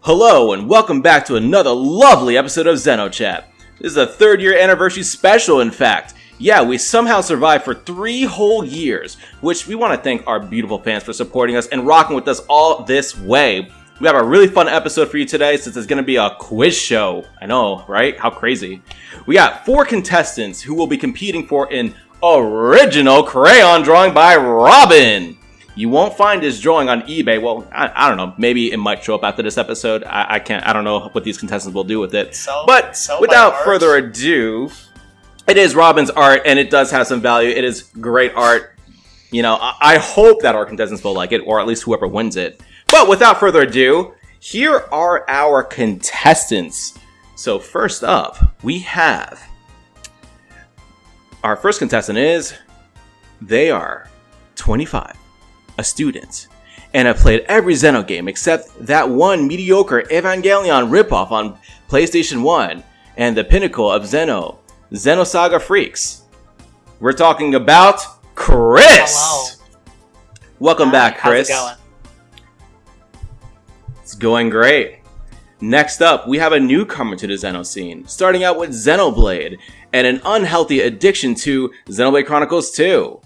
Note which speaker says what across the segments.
Speaker 1: Hello, and welcome back to another lovely episode of XenoChat. This is a third year anniversary special, in fact. Yeah, we somehow survived for three whole years, which we want to thank our beautiful fans for supporting us and rocking with us all this way. We have a really fun episode for you today since it's going to be a quiz show. I know, right? How crazy. We got four contestants who will be competing for an original crayon drawing by Robin. You won't find his drawing on eBay. Well, I, I don't know. Maybe it might show up after this episode. I, I can't. I don't know what these contestants will do with it.
Speaker 2: Sell-
Speaker 1: but
Speaker 2: sell my
Speaker 1: without
Speaker 2: art?
Speaker 1: further ado, it is Robin's art, and it does have some value. It is great art. You know, I, I hope that our contestants will like it, or at least whoever wins it. But without further ado, here are our contestants. So first up, we have our first contestant is they are 25 a student, and have played every Xeno game except that one mediocre Evangelion ripoff on PlayStation 1 and the pinnacle of Xeno, Xenosaga Freaks. We're talking about Chris!
Speaker 2: Hello.
Speaker 1: Welcome
Speaker 2: Hi,
Speaker 1: back,
Speaker 2: how's it
Speaker 1: Chris.
Speaker 2: going?
Speaker 1: It's going great. Next up, we have a newcomer to the Xeno scene, starting out with Xenoblade and an unhealthy addiction to Xenoblade Chronicles 2.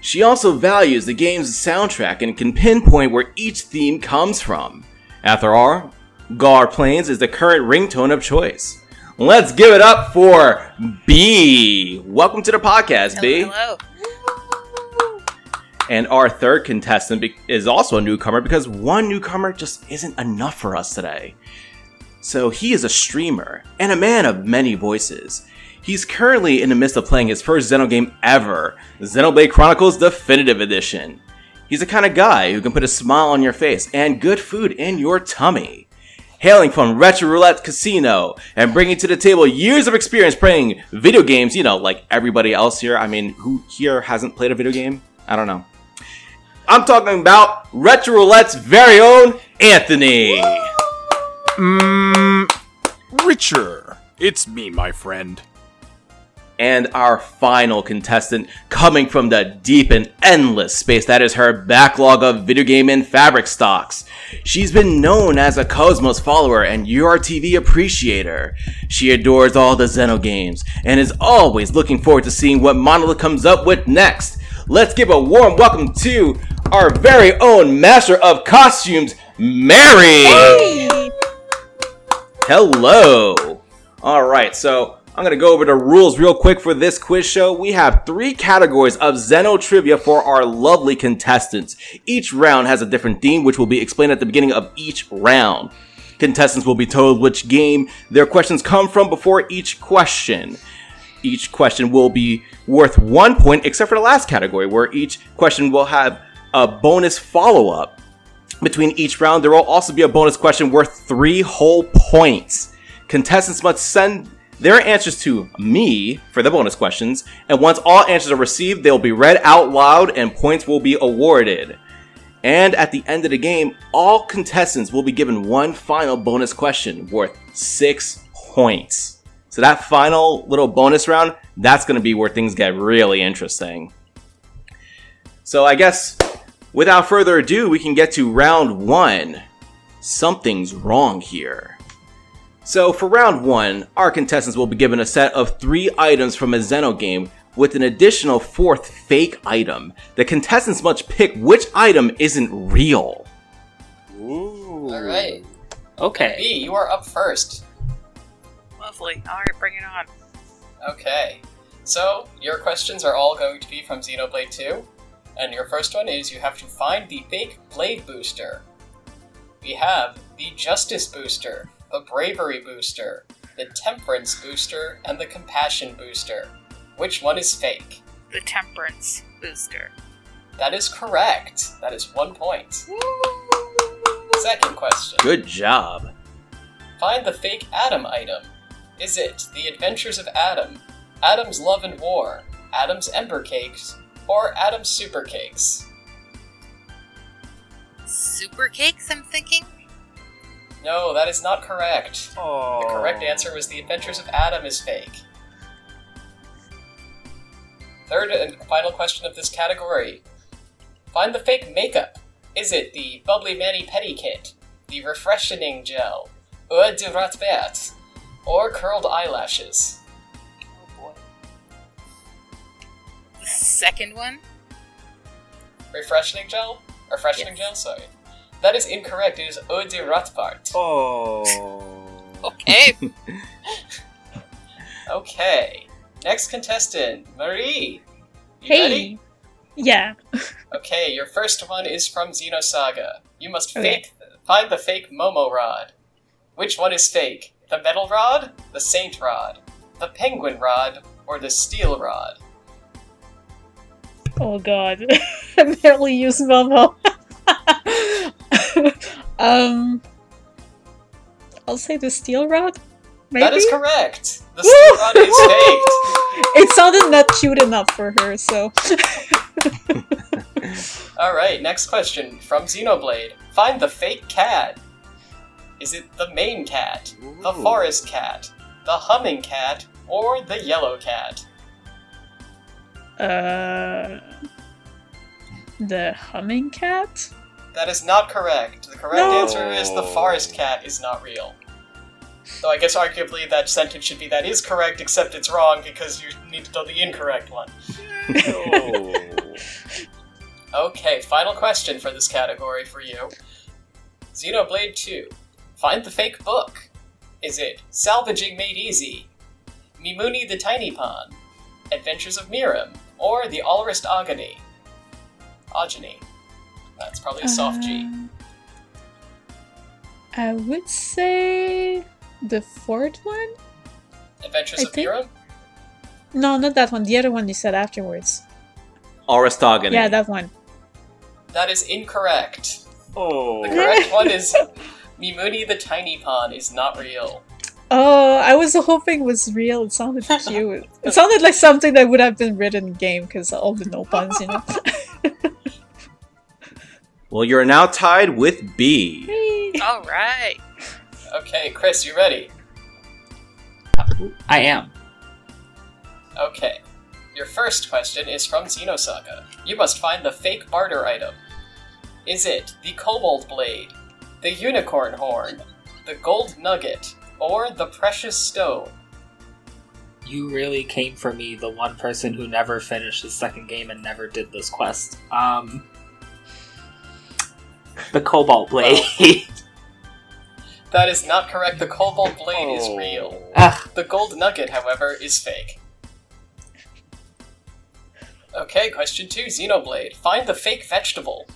Speaker 1: She also values the game's soundtrack and can pinpoint where each theme comes from. After all, Gar Plains is the current ringtone of choice. Let's give it up for B. Welcome to the podcast, B.
Speaker 3: Hello.
Speaker 1: And our third contestant be- is also a newcomer because one newcomer just isn't enough for us today. So he is a streamer and a man of many voices. He's currently in the midst of playing his first Xeno game ever, Xenoblade Chronicles Definitive Edition. He's the kind of guy who can put a smile on your face and good food in your tummy. Hailing from Retro Roulette Casino and bringing to the table years of experience playing video games, you know, like everybody else here. I mean, who here hasn't played a video game? I don't know. I'm talking about Retro Roulette's very own Anthony.
Speaker 4: Mmm. Richer. It's me, my friend.
Speaker 1: And our final contestant, coming from the deep and endless space that is her backlog of video game and fabric stocks. She's been known as a Cosmos follower and URTV appreciator. She adores all the Xeno games and is always looking forward to seeing what Monolith comes up with next. Let's give a warm welcome to our very own master of costumes, Mary. Hello. All right, so I'm going to go over the rules real quick for this quiz show. We have three categories of Xeno trivia for our lovely contestants. Each round has a different theme, which will be explained at the beginning of each round. Contestants will be told which game their questions come from before each question. Each question will be worth one point, except for the last category, where each question will have a bonus follow up between each round. There will also be a bonus question worth three whole points. Contestants must send their answers to me for the bonus questions, and once all answers are received, they'll be read out loud and points will be awarded. And at the end of the game, all contestants will be given one final bonus question worth six points. So that final little bonus round, that's going to be where things get really interesting. So I guess Without further ado, we can get to round one. Something's wrong here. So, for round one, our contestants will be given a set of three items from a Xeno game with an additional fourth fake item. The contestants must pick which item isn't real.
Speaker 2: Ooh.
Speaker 5: All right,
Speaker 2: Okay.
Speaker 5: B, you are up first.
Speaker 3: Lovely. All right, bring it on.
Speaker 5: Okay. So your questions are all going to be from Xenoblade 2, and your first one is you have to find the fake Blade Booster. We have the Justice Booster, the Bravery Booster, the Temperance Booster, and the Compassion Booster. Which one is fake?
Speaker 3: The temperance booster.
Speaker 5: That is correct. That is one point. Second question.
Speaker 1: Good job.
Speaker 5: Find the fake Adam item. Is it The Adventures of Adam, Adam's Love and War, Adam's Ember Cakes, or Adam's Super Cakes?
Speaker 3: Super cakes, I'm thinking?
Speaker 5: No, that is not correct.
Speaker 4: Oh.
Speaker 5: The correct answer was The Adventures of Adam is fake. Third and final question of this category. Find the fake makeup. Is it the Bubbly Manny Petty Kit, the refreshing gel, eau de ratbert, or curled eyelashes.
Speaker 3: Oh boy. The second one?
Speaker 5: Refreshing gel? Refreshing gel, sorry. That is incorrect. It is eau de ratbert.
Speaker 2: Oh.
Speaker 3: Okay.
Speaker 5: Okay. Next contestant, Marie. You
Speaker 6: hey.
Speaker 5: ready?
Speaker 6: Yeah.
Speaker 5: Okay, your first one is from Xenosaga. You must
Speaker 6: Okay.
Speaker 5: fake find the fake Momo rod. Which one is fake? The metal rod, the saint rod, the penguin rod, or the steel rod?
Speaker 6: Oh god. I barely use Momo. um I'll say the steel rod? Maybe?
Speaker 5: That is correct. The
Speaker 6: Woo!
Speaker 5: steel rod is faked.
Speaker 6: It sounded not cute enough for her, so
Speaker 5: All right, next question from Xenoblade. Find the fake cat. Is it the main cat, the
Speaker 2: Ooh.
Speaker 5: forest cat, the humming cat, or the yellow cat?
Speaker 6: uh the humming cat?
Speaker 5: That is not correct. The correct
Speaker 6: No.
Speaker 5: answer is the forest cat is not real. Though I guess arguably that sentence should be that is correct, except it's wrong because you need to know the incorrect one. Okay, final question for this category for you. Xenoblade 2. Find the fake book. Is it Salvaging Made Easy, Mimuni the Tiny Pawn, Adventures of Mirim, or The Alrist Agony? Ogeny. That's probably a soft G.
Speaker 6: Um, I would say the fourth one?
Speaker 5: Adventures
Speaker 6: I
Speaker 5: of
Speaker 6: think-
Speaker 5: Mirim?
Speaker 6: No, not that one. The other one you said afterwards.
Speaker 1: Aristogony.
Speaker 6: Yeah, that one.
Speaker 5: That is incorrect. The
Speaker 2: Oh.
Speaker 5: correct one is Mimuni the Tiny Pawn is not real.
Speaker 6: Oh, I was hoping it was real. It sounded cute. it sounded like something that would have been written in game because all the no puns, you know.
Speaker 1: well, you're now tied with B.
Speaker 3: All right.
Speaker 5: Okay, Chris, you ready?
Speaker 2: I am.
Speaker 5: Okay. Your first question is from Xenosaga. You must find the fake barter item. Is it the kobold blade, the unicorn horn, the gold nugget, or the precious stone?
Speaker 2: You really came for me, the one person who never finished the second game and never did this quest. Um. The Cobalt Blade.
Speaker 5: That is not correct. The kobold blade is real.
Speaker 2: Ah,
Speaker 5: The gold nugget, however, is fake. Okay, question two Xenoblade. Find the fake vegetable.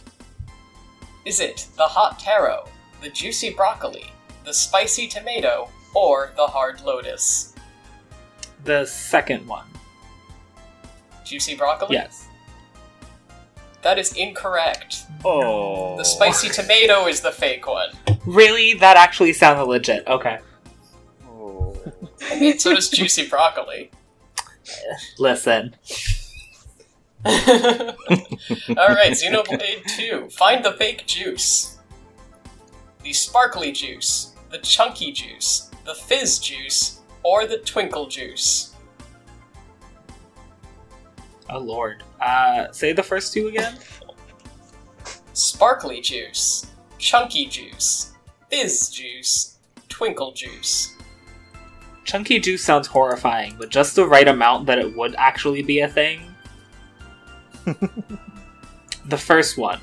Speaker 5: Is it the hot taro, the juicy broccoli, the spicy tomato, or the hard lotus?
Speaker 2: the second one.
Speaker 5: Juicy broccoli?
Speaker 2: Yes.
Speaker 5: That is incorrect.
Speaker 2: Oh.
Speaker 5: The spicy tomato is the fake one.
Speaker 2: Really? That actually sounded legit. Okay.
Speaker 5: I mean, so does juicy broccoli.
Speaker 2: Listen.
Speaker 5: Alright, Xenoblade 2. Find the fake juice. The sparkly juice, the chunky juice, the fizz juice, or the twinkle juice.
Speaker 2: Oh lord. Uh, say the first two again.
Speaker 5: Sparkly juice, chunky juice, fizz juice, twinkle juice.
Speaker 2: Chunky juice sounds horrifying, but just the right amount that it would actually be a thing. the first one.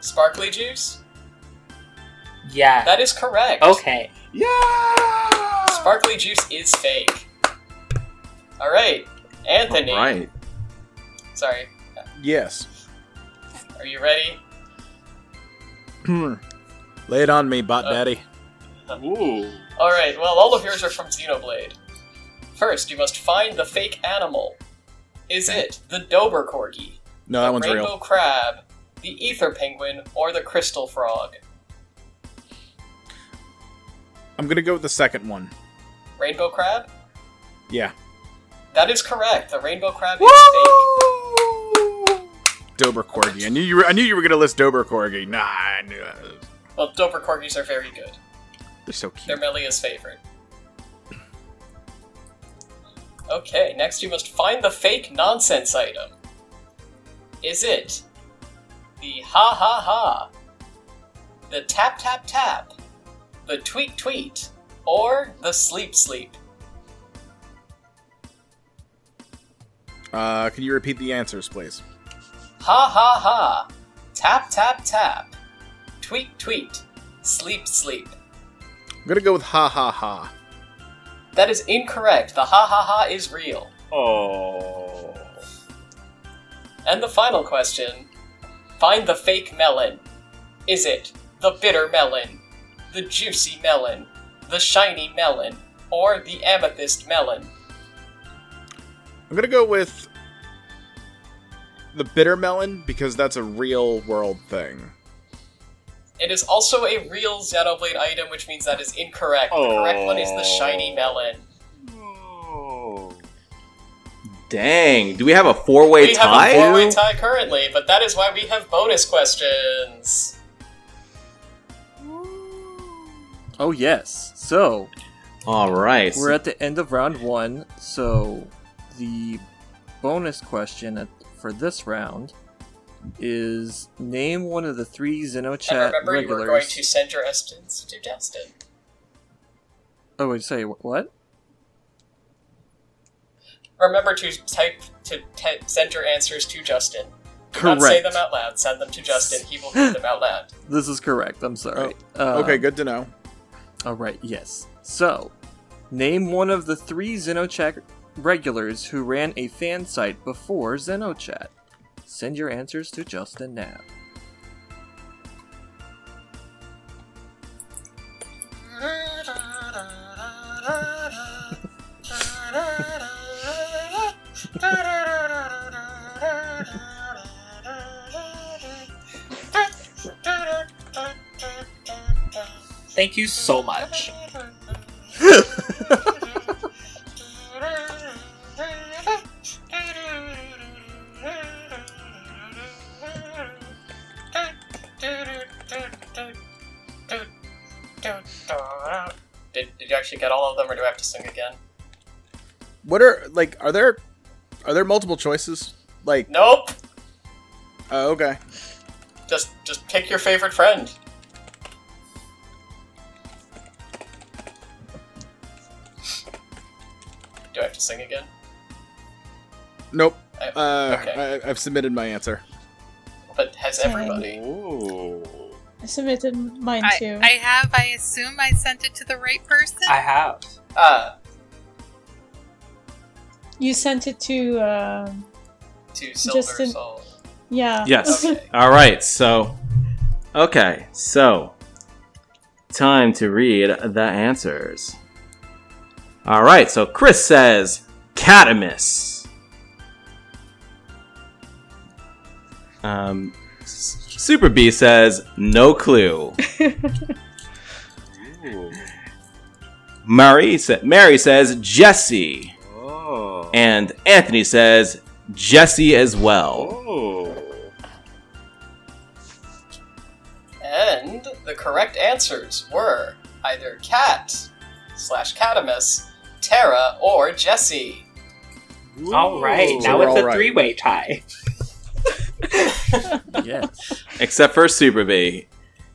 Speaker 5: Sparkly juice?
Speaker 2: Yeah.
Speaker 5: That is correct.
Speaker 2: okay.
Speaker 4: yeah!
Speaker 5: Sparkly juice is fake. Alright, Anthony.
Speaker 1: Right.
Speaker 5: Sorry,
Speaker 4: Yes.
Speaker 5: are you ready?
Speaker 4: Hmm. Lay it on me, bot
Speaker 5: Uh,
Speaker 4: daddy.
Speaker 2: Ooh.
Speaker 5: All right. Well, all of yours are from Xenoblade. First, you must find the fake animal. Is it the Dober Corgi,
Speaker 4: No, that one's
Speaker 5: Rainbow
Speaker 4: real.
Speaker 5: Crab, the Ether Penguin, or the Crystal Frog?
Speaker 4: I'm gonna go with the second one.
Speaker 5: Rainbow Crab.
Speaker 4: Yeah.
Speaker 5: That is correct. The Rainbow Crab is fake.
Speaker 4: Dober Corgi. I knew you were. I knew you were gonna list Dober Corgi. Nah, I knew that.
Speaker 5: Well, Dober Corgis are very good.
Speaker 4: They're so
Speaker 5: They're
Speaker 4: cute.
Speaker 5: Melia's favorite. Okay, next you must find the fake nonsense item. Is it the ha ha ha, the tap tap tap, the tweet tweet, or the sleep sleep.
Speaker 7: Uh, can you repeat the answers, please?
Speaker 5: Ha ha ha, tap tap tap, tweet tweet, sleep sleep.
Speaker 7: I'm gonna go with ha ha ha.
Speaker 5: That is incorrect. The ha ha ha is real.
Speaker 7: Oh.
Speaker 5: And the final question Find the fake melon. Is it the bitter melon, the juicy melon, the shiny melon, or the amethyst melon?
Speaker 7: I'm gonna go with the bitter melon because that's a real world thing.
Speaker 5: It is also a real Xenoblade item, which means that is incorrect. The correct one is the shiny melon.
Speaker 1: Dang. Do we have a four way
Speaker 5: We have
Speaker 1: tie?
Speaker 5: a four way tie currently, but that is why we have bonus questions.
Speaker 8: Oh yes. So
Speaker 1: All right.
Speaker 8: we're at the end of round one. So the bonus question at, for this round is name one of the three
Speaker 5: And
Speaker 8: Xenochat
Speaker 5: remember, you were going
Speaker 8: regulars.
Speaker 5: to send your essence to Destin.
Speaker 8: Oh wait, say wh- what?
Speaker 5: Remember to type to te- send your answers to Justin. Do
Speaker 8: Correct.
Speaker 5: Not say them out loud. Send them to Justin. He will read them out loud.
Speaker 8: This is correct. I'm sorry. Uh,
Speaker 7: Oh, Okay, good to know.
Speaker 8: All right, yes. So, name one of the three Xenochat regulars who ran a fan site before Xenochat. Send your answers to Justin now.
Speaker 2: Thank you so much.
Speaker 5: Did, did you actually get all of them, or do I have to sing again?
Speaker 7: What are like? Are there are there multiple choices? Like,
Speaker 5: Nope.
Speaker 7: oh, okay.
Speaker 5: Just just pick your favorite friend. Do I have to sing again?
Speaker 7: Nope.
Speaker 5: I-
Speaker 7: Uh,
Speaker 5: okay.
Speaker 7: I, I've submitted my answer.
Speaker 5: But has everybody?
Speaker 6: I submitted mine
Speaker 3: I,
Speaker 6: too.
Speaker 3: I have. I assume I sent it to the right person.
Speaker 2: I have.
Speaker 5: Ah,
Speaker 6: you sent it to, um
Speaker 5: to Silver
Speaker 6: Justin.
Speaker 5: Soul.
Speaker 6: yeah.
Speaker 1: Yes.
Speaker 5: Okay.
Speaker 1: All right. So, okay. So, time to read the answers. All right. So, Chris says Catamus. Um, S- Super B says no clue. Mary, sa- Mary says Jesse. And Anthony says Jesse as
Speaker 2: Oh.
Speaker 1: well.
Speaker 5: Oh. And the correct answers were either Cat slash Catamus, Terra, or Jesse.
Speaker 2: All right,
Speaker 7: So
Speaker 2: now
Speaker 7: we're
Speaker 2: it's
Speaker 7: all
Speaker 2: a
Speaker 7: right.
Speaker 2: three-way tie.
Speaker 8: Yes.
Speaker 1: except for Super B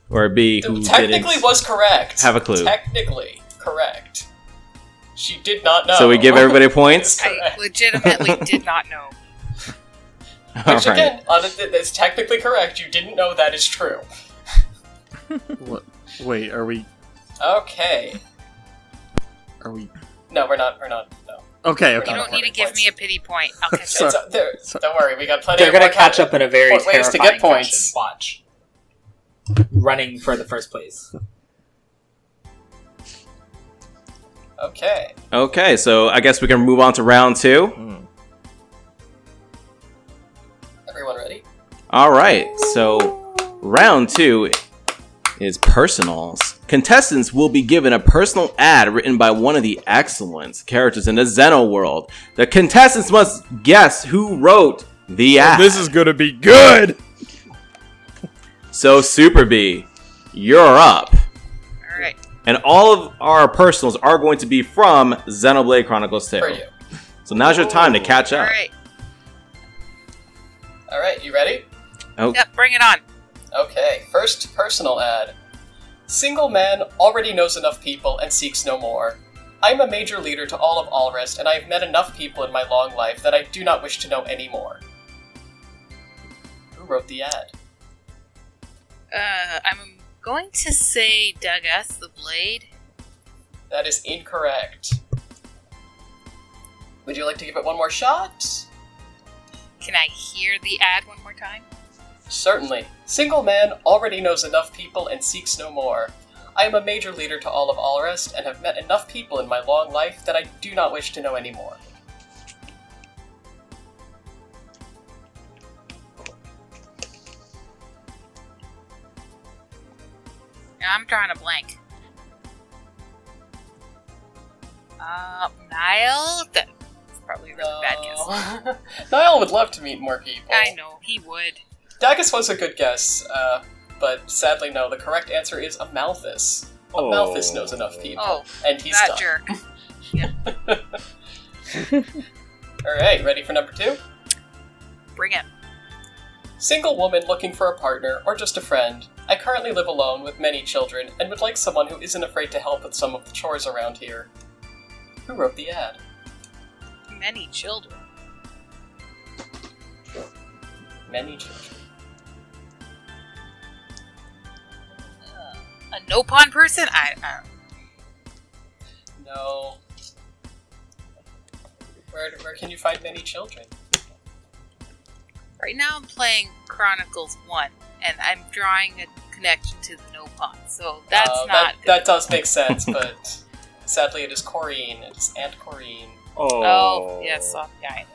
Speaker 1: or B who
Speaker 5: Technically
Speaker 1: didn't.
Speaker 5: was correct.
Speaker 1: have a clue.
Speaker 5: Technically correct. She did not know.
Speaker 1: So we give everybody points.
Speaker 3: I legitimately did not know.
Speaker 1: All
Speaker 5: Which
Speaker 1: right.
Speaker 5: again, other th- that's technically correct. You didn't know that is true.
Speaker 8: What? Wait, are we?
Speaker 5: Okay.
Speaker 8: Are we?
Speaker 5: No, we're not. We're not. No.
Speaker 8: Okay.
Speaker 5: We're
Speaker 8: Okay.
Speaker 3: You
Speaker 5: not
Speaker 3: don't need to
Speaker 5: recording
Speaker 3: give
Speaker 5: points.
Speaker 3: me a pity point. I'll catch
Speaker 8: Sorry.
Speaker 3: up.
Speaker 5: It's, uh, there-
Speaker 8: So-
Speaker 5: don't worry. We got plenty.
Speaker 2: They're
Speaker 5: of
Speaker 2: gonna
Speaker 5: more
Speaker 2: catch up in a very
Speaker 5: What ways
Speaker 2: terrifying
Speaker 5: to get points?
Speaker 2: fashion. Watch. Running for the first place.
Speaker 5: Okay.
Speaker 1: Okay, so I guess we can move on to round two.
Speaker 8: Hmm.
Speaker 5: Everyone ready?
Speaker 1: All right, so round two is personals. Contestants will be given a personal ad written by one of the excellent characters in the Xeno world. The contestants must guess who wrote the ad.
Speaker 7: This is gonna be good.
Speaker 1: so Super B, you're up.
Speaker 3: All right.
Speaker 1: And all of our personals are going to be from Xenoblade Chronicles 2.
Speaker 5: For you.
Speaker 1: So now's your time to catch
Speaker 3: All
Speaker 1: up.
Speaker 3: right.
Speaker 5: All right. You ready?
Speaker 1: Oh,
Speaker 3: Yep. Bring it on.
Speaker 5: Okay. First personal ad. Single man already knows enough people and seeks no more. I am a major leader to all of Alrest, and I have met enough people in my long life that I do not wish to know any more. Who wrote the ad?
Speaker 3: Uh, I'm going to say Doug S. the Blade.
Speaker 5: That is incorrect. Would you like to give it one more shot?
Speaker 3: Can I hear the ad one more time?
Speaker 5: Certainly. Single man already knows enough people and seeks no more. I am a major leader to all of Alrest and have met enough people in my long life that I do not wish to know any more.
Speaker 3: I'm drawing a blank. Uh, Niall? That's probably a really bad guess.
Speaker 5: No. Niall would love to meet more people.
Speaker 3: I know, he would.
Speaker 5: Dagus was a good guess, uh, but sadly, no. The correct answer is Amalthus. Amalthus knows enough people,
Speaker 3: Oh,
Speaker 5: and he's
Speaker 3: that
Speaker 5: done.
Speaker 3: jerk.
Speaker 5: All right, ready for number two?
Speaker 3: Bring it.
Speaker 5: Single woman looking for a partner or just a friend. I currently live alone with many children and would like someone who isn't afraid to help with some of the chores around here. Who wrote the ad?
Speaker 3: Many children.
Speaker 5: Many children.
Speaker 3: A no pawn person? I, I
Speaker 5: No. Where, where can you find many children?
Speaker 3: Right now I'm playing Chronicles 1, and I'm drawing a connection to the no pawn, so that's
Speaker 5: Uh,
Speaker 3: not.
Speaker 5: That, that does make sense, but sadly it is Corrine. It's Aunt Corrine.
Speaker 3: good. oh, yes, off the island.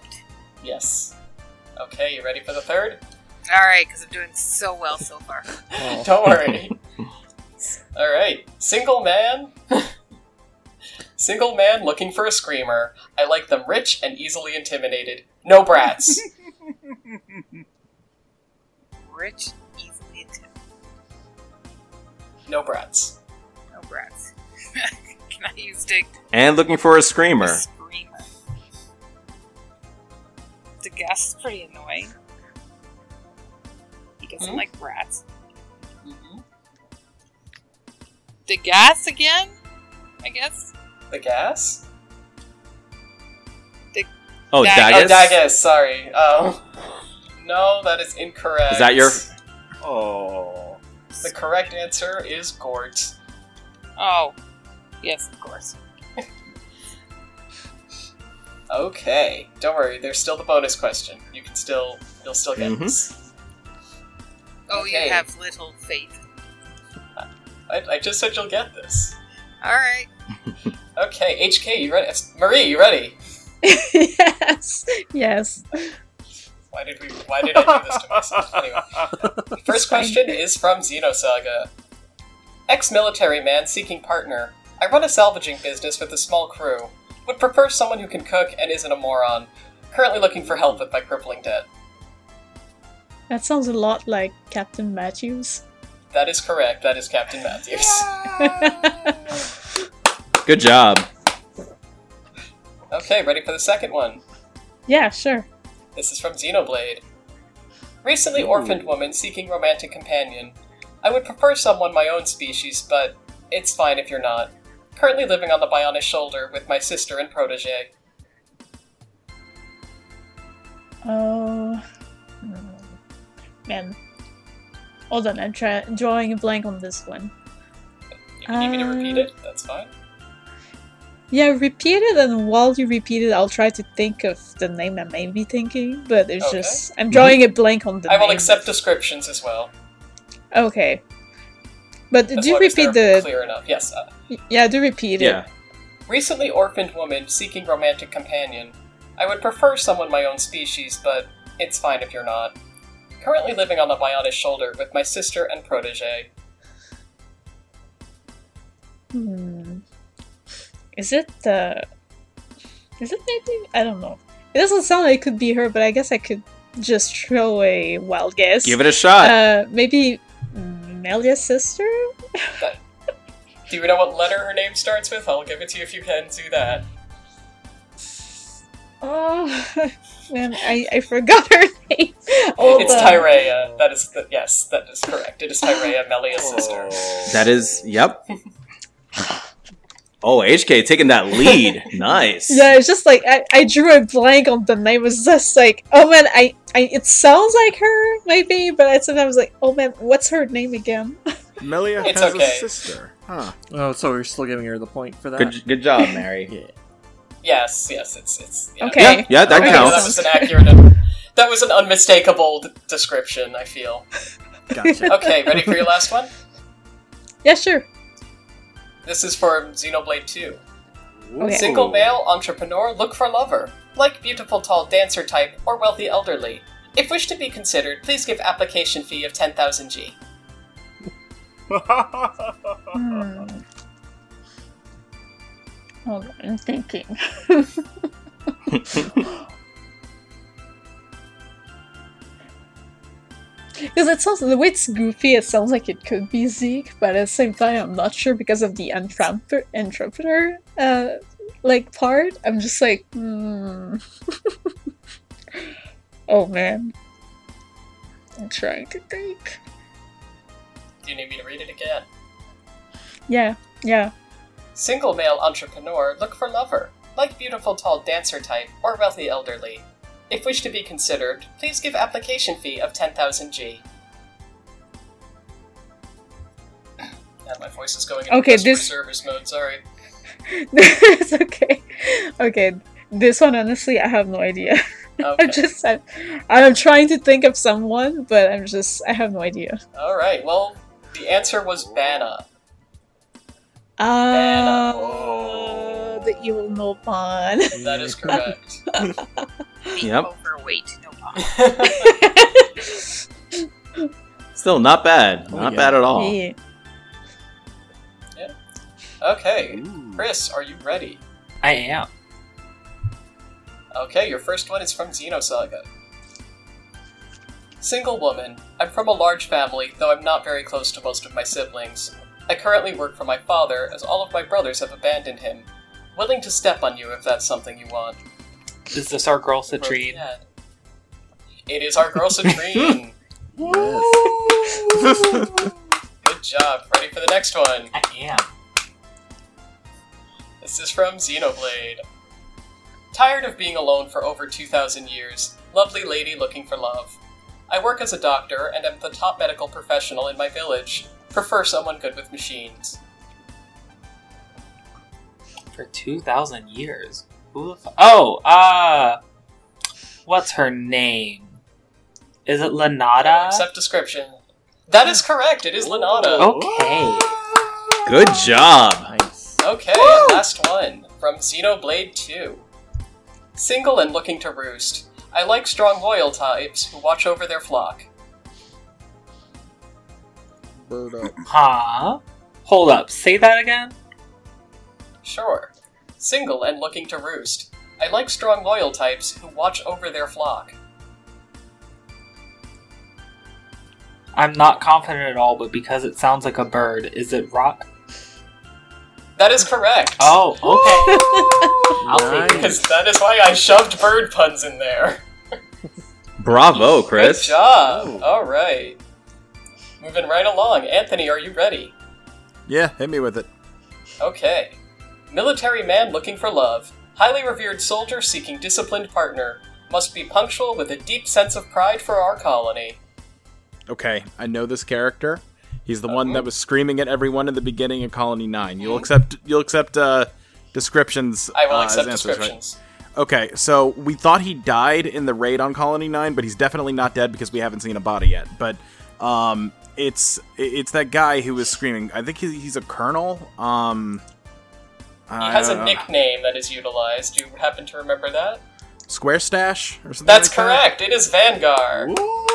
Speaker 5: Yes. Okay, you ready for the third?
Speaker 3: Alright, because I'm doing so well so far.
Speaker 5: Don't worry. All right, single man. single man looking for a screamer. I like them rich and easily intimidated. No brats.
Speaker 3: Rich, easily intimidated.
Speaker 5: no brats.
Speaker 3: No brats. Can I use dig?
Speaker 1: And looking for a screamer.
Speaker 3: Screamer. The gas is pretty annoying. He doesn't
Speaker 5: Hmm?
Speaker 3: like rats.
Speaker 5: Mhm.
Speaker 3: The gas again? I guess.
Speaker 5: The gas.
Speaker 1: Oh, Dagus.
Speaker 5: Oh,
Speaker 3: Dag-
Speaker 5: Dagus. Sorry. Oh. No, that is incorrect.
Speaker 1: Is that your-
Speaker 7: Oh.
Speaker 5: The correct answer is Gort.
Speaker 3: Oh, yes, of course.
Speaker 5: Okay. Don't worry. There's still the bonus question. You can still. You'll still get
Speaker 1: Mhm.
Speaker 5: this.
Speaker 3: Oh,
Speaker 5: Okay.
Speaker 3: you have little faith.
Speaker 5: I, I just said you'll get this.
Speaker 3: All right.
Speaker 5: Okay, HK, you ready? Marie, you ready?
Speaker 6: yes, yes.
Speaker 5: Why did we? Why did I do this to myself? Anyway, first question is from Xenosaga. Ex-military man seeking partner. I run a salvaging business with a small crew. Would prefer someone who can cook and isn't a moron. Currently looking for help with my crippling debt.
Speaker 6: That sounds a lot like Captain Matthews.
Speaker 5: That is correct. That is Captain Matthews.
Speaker 1: Good job.
Speaker 5: Okay, ready for the second one.
Speaker 6: Yeah, sure.
Speaker 5: This is from Xenoblade. Recently orphaned woman seeking romantic companion. I would prefer someone my own species, but it's fine if you're not. Currently living on the Bionic shoulder with my sister and protege.
Speaker 6: Oh, hmm. man. Hold on, I'm tra- drawing a blank on this one.
Speaker 5: If you need me to repeat
Speaker 6: Uh,
Speaker 5: it, that's fine.
Speaker 6: Yeah, repeat it, and while you repeat it, I'll try to think of the name I may be thinking. But it's
Speaker 5: Okay. Mm-hmm.
Speaker 6: just I'm drawing a blank on the.
Speaker 5: I will
Speaker 6: name.
Speaker 5: accept descriptions as well.
Speaker 6: Okay, but
Speaker 5: as
Speaker 6: do
Speaker 5: long as
Speaker 6: repeat
Speaker 5: they're
Speaker 6: the.
Speaker 5: clear enough. Yes. uh,
Speaker 6: Yeah, do repeat
Speaker 1: Yeah.
Speaker 5: recently orphaned woman seeking romantic companion. I would prefer someone my own species, but it's fine if you're not. Currently living on the Bionic shoulder with my sister and protege.
Speaker 6: it. Hmm. Is it the? Is it maybe? I don't know. It doesn't sound like it could be her, but I guess I could just throw a wild guess.
Speaker 1: Give it a shot.
Speaker 6: uh, maybe Melia's sister?
Speaker 5: Do you know what letter her name starts with? I'll give it to you if you can do that.
Speaker 6: Oh, man, I, I forgot her name. Hold
Speaker 5: It's
Speaker 6: on.
Speaker 5: Tyrea. That is the, yes, that is correct. It is Tyrea, Melia's sister.
Speaker 1: That is, yep. Oh, HK taking that lead. Nice.
Speaker 6: Yeah, it's just like I, I drew a blank on the name. It was just like, oh man, I, I it sounds like her maybe, but I sometimes like, oh man, what's her name again?
Speaker 7: Melia
Speaker 5: It's
Speaker 7: has
Speaker 5: okay.
Speaker 7: a sister. Huh.
Speaker 8: Oh, so we're still giving her the point for that.
Speaker 1: Good, good job, Mary.
Speaker 8: Yeah.
Speaker 5: Yes, yes, it's it's. yeah.
Speaker 6: Okay.
Speaker 1: Yeah, yeah, that
Speaker 5: Okay, That
Speaker 1: counts.
Speaker 5: was an accurate. that was an unmistakable d- description. I feel.
Speaker 8: Gotcha.
Speaker 5: Okay, ready for your last one?
Speaker 6: Yeah, sure.
Speaker 5: This is from Xenoblade Two.
Speaker 6: Okay.
Speaker 5: Single male entrepreneur, look for lover. Like beautiful tall dancer type or wealthy elderly. If wish to be considered, please give application fee of 10,000 G.
Speaker 6: Hmm. Hold on, I'm thinking. Because it sounds the way it's goofy, it sounds like it could be Zeke, but at the same time, I'm not sure because of the entrepreneur, entrepreneur uh, like part. I'm just like, hmm. oh man, I'm trying to think.
Speaker 5: Do you need me to read it again?
Speaker 6: Yeah, yeah.
Speaker 5: Single male entrepreneur, look for lover. Like beautiful tall dancer type or wealthy elderly. If wish to be considered, please give application fee of 10,000 G. And my voice is going into
Speaker 6: Okay,
Speaker 5: customer
Speaker 6: this-
Speaker 5: service mode, sorry.
Speaker 6: it's okay. Okay. This one, honestly, I have no idea.
Speaker 5: Okay.
Speaker 6: I just, I, I'm trying to think of someone, but I'm just, I have no idea.
Speaker 5: Alright, well, the answer was Banna.
Speaker 6: Ah,
Speaker 5: Oh.
Speaker 6: Uh, the evil Nopon.
Speaker 5: That is correct.
Speaker 3: Being
Speaker 1: Yep.
Speaker 3: overweight, no problem.
Speaker 1: Still not bad.
Speaker 8: Oh,
Speaker 1: Not
Speaker 8: yeah.
Speaker 1: bad at all.
Speaker 6: Yeah.
Speaker 5: okay, Chris, are you ready?
Speaker 2: I am.
Speaker 5: Okay, your first one is from Xenosaga. Single woman. I'm from a large family, though I'm not very close to most of my siblings. I currently work for my father, as all of my brothers have abandoned him. Willing to step on you if that's something you want.
Speaker 2: Is this our girl
Speaker 5: Wrote
Speaker 2: Citrine?
Speaker 5: the ad. It is our girl Citrine.
Speaker 8: Yes.
Speaker 5: Good job. Ready for the next one?
Speaker 2: I am.
Speaker 5: This is from Xenoblade. Tired of being alone for over 2,000 years, lovely lady looking for love. I work as a doctor and am the top medical professional in my village. Prefer someone good with machines.
Speaker 2: For 2,000 years. Who the fu- Oh, uh. What's her name? Is it Lenata?
Speaker 5: Accept description. That is correct, it is
Speaker 2: Oh.
Speaker 5: Lenata.
Speaker 2: Okay.
Speaker 1: Good job.
Speaker 8: Nice.
Speaker 5: Okay, and last one from Xenoblade 2. Single and looking to roost. I like strong loyal types who watch over their flock.
Speaker 7: Bird up.
Speaker 2: Huh? Hold up. Say that again?
Speaker 5: Sure. Single and looking to roost. I like strong loyal types who watch over their flock.
Speaker 2: I'm not confident at all, but because it sounds like a bird, is it rock?
Speaker 5: That is correct.
Speaker 2: Oh, okay. I'll take
Speaker 8: Nice.
Speaker 5: Because that is why I shoved bird puns in there.
Speaker 1: Bravo,
Speaker 5: Good
Speaker 1: Chris.
Speaker 5: job. All right. Moving right along. Anthony, are you ready?
Speaker 7: Yeah, hit me with it.
Speaker 5: Okay. Military man looking for love. Highly revered soldier seeking disciplined partner. Must be punctual with a deep sense of pride for our colony.
Speaker 7: Okay, I know this character. He's the
Speaker 5: Oh. Mm-hmm.
Speaker 7: one that was screaming at everyone in the beginning of Colony Nine. You'll accept. You'll accept uh, descriptions.
Speaker 5: I will
Speaker 7: uh, as
Speaker 5: accept
Speaker 7: answers, right?
Speaker 5: descriptions.
Speaker 7: Okay, so we thought he died in the raid on Colony Nine, but he's definitely not dead because we haven't seen a body yet. But um, it's it's that guy who was screaming. I think he, he's a colonel. Um, uh,
Speaker 5: He
Speaker 7: Ah, I
Speaker 5: has
Speaker 7: don't
Speaker 5: a
Speaker 7: know.
Speaker 5: nickname that is utilized. Do you happen to remember that?
Speaker 7: Square Stash or something.
Speaker 5: That's
Speaker 7: like
Speaker 5: correct. It is
Speaker 7: That.
Speaker 5: Vanguard.
Speaker 7: Woo!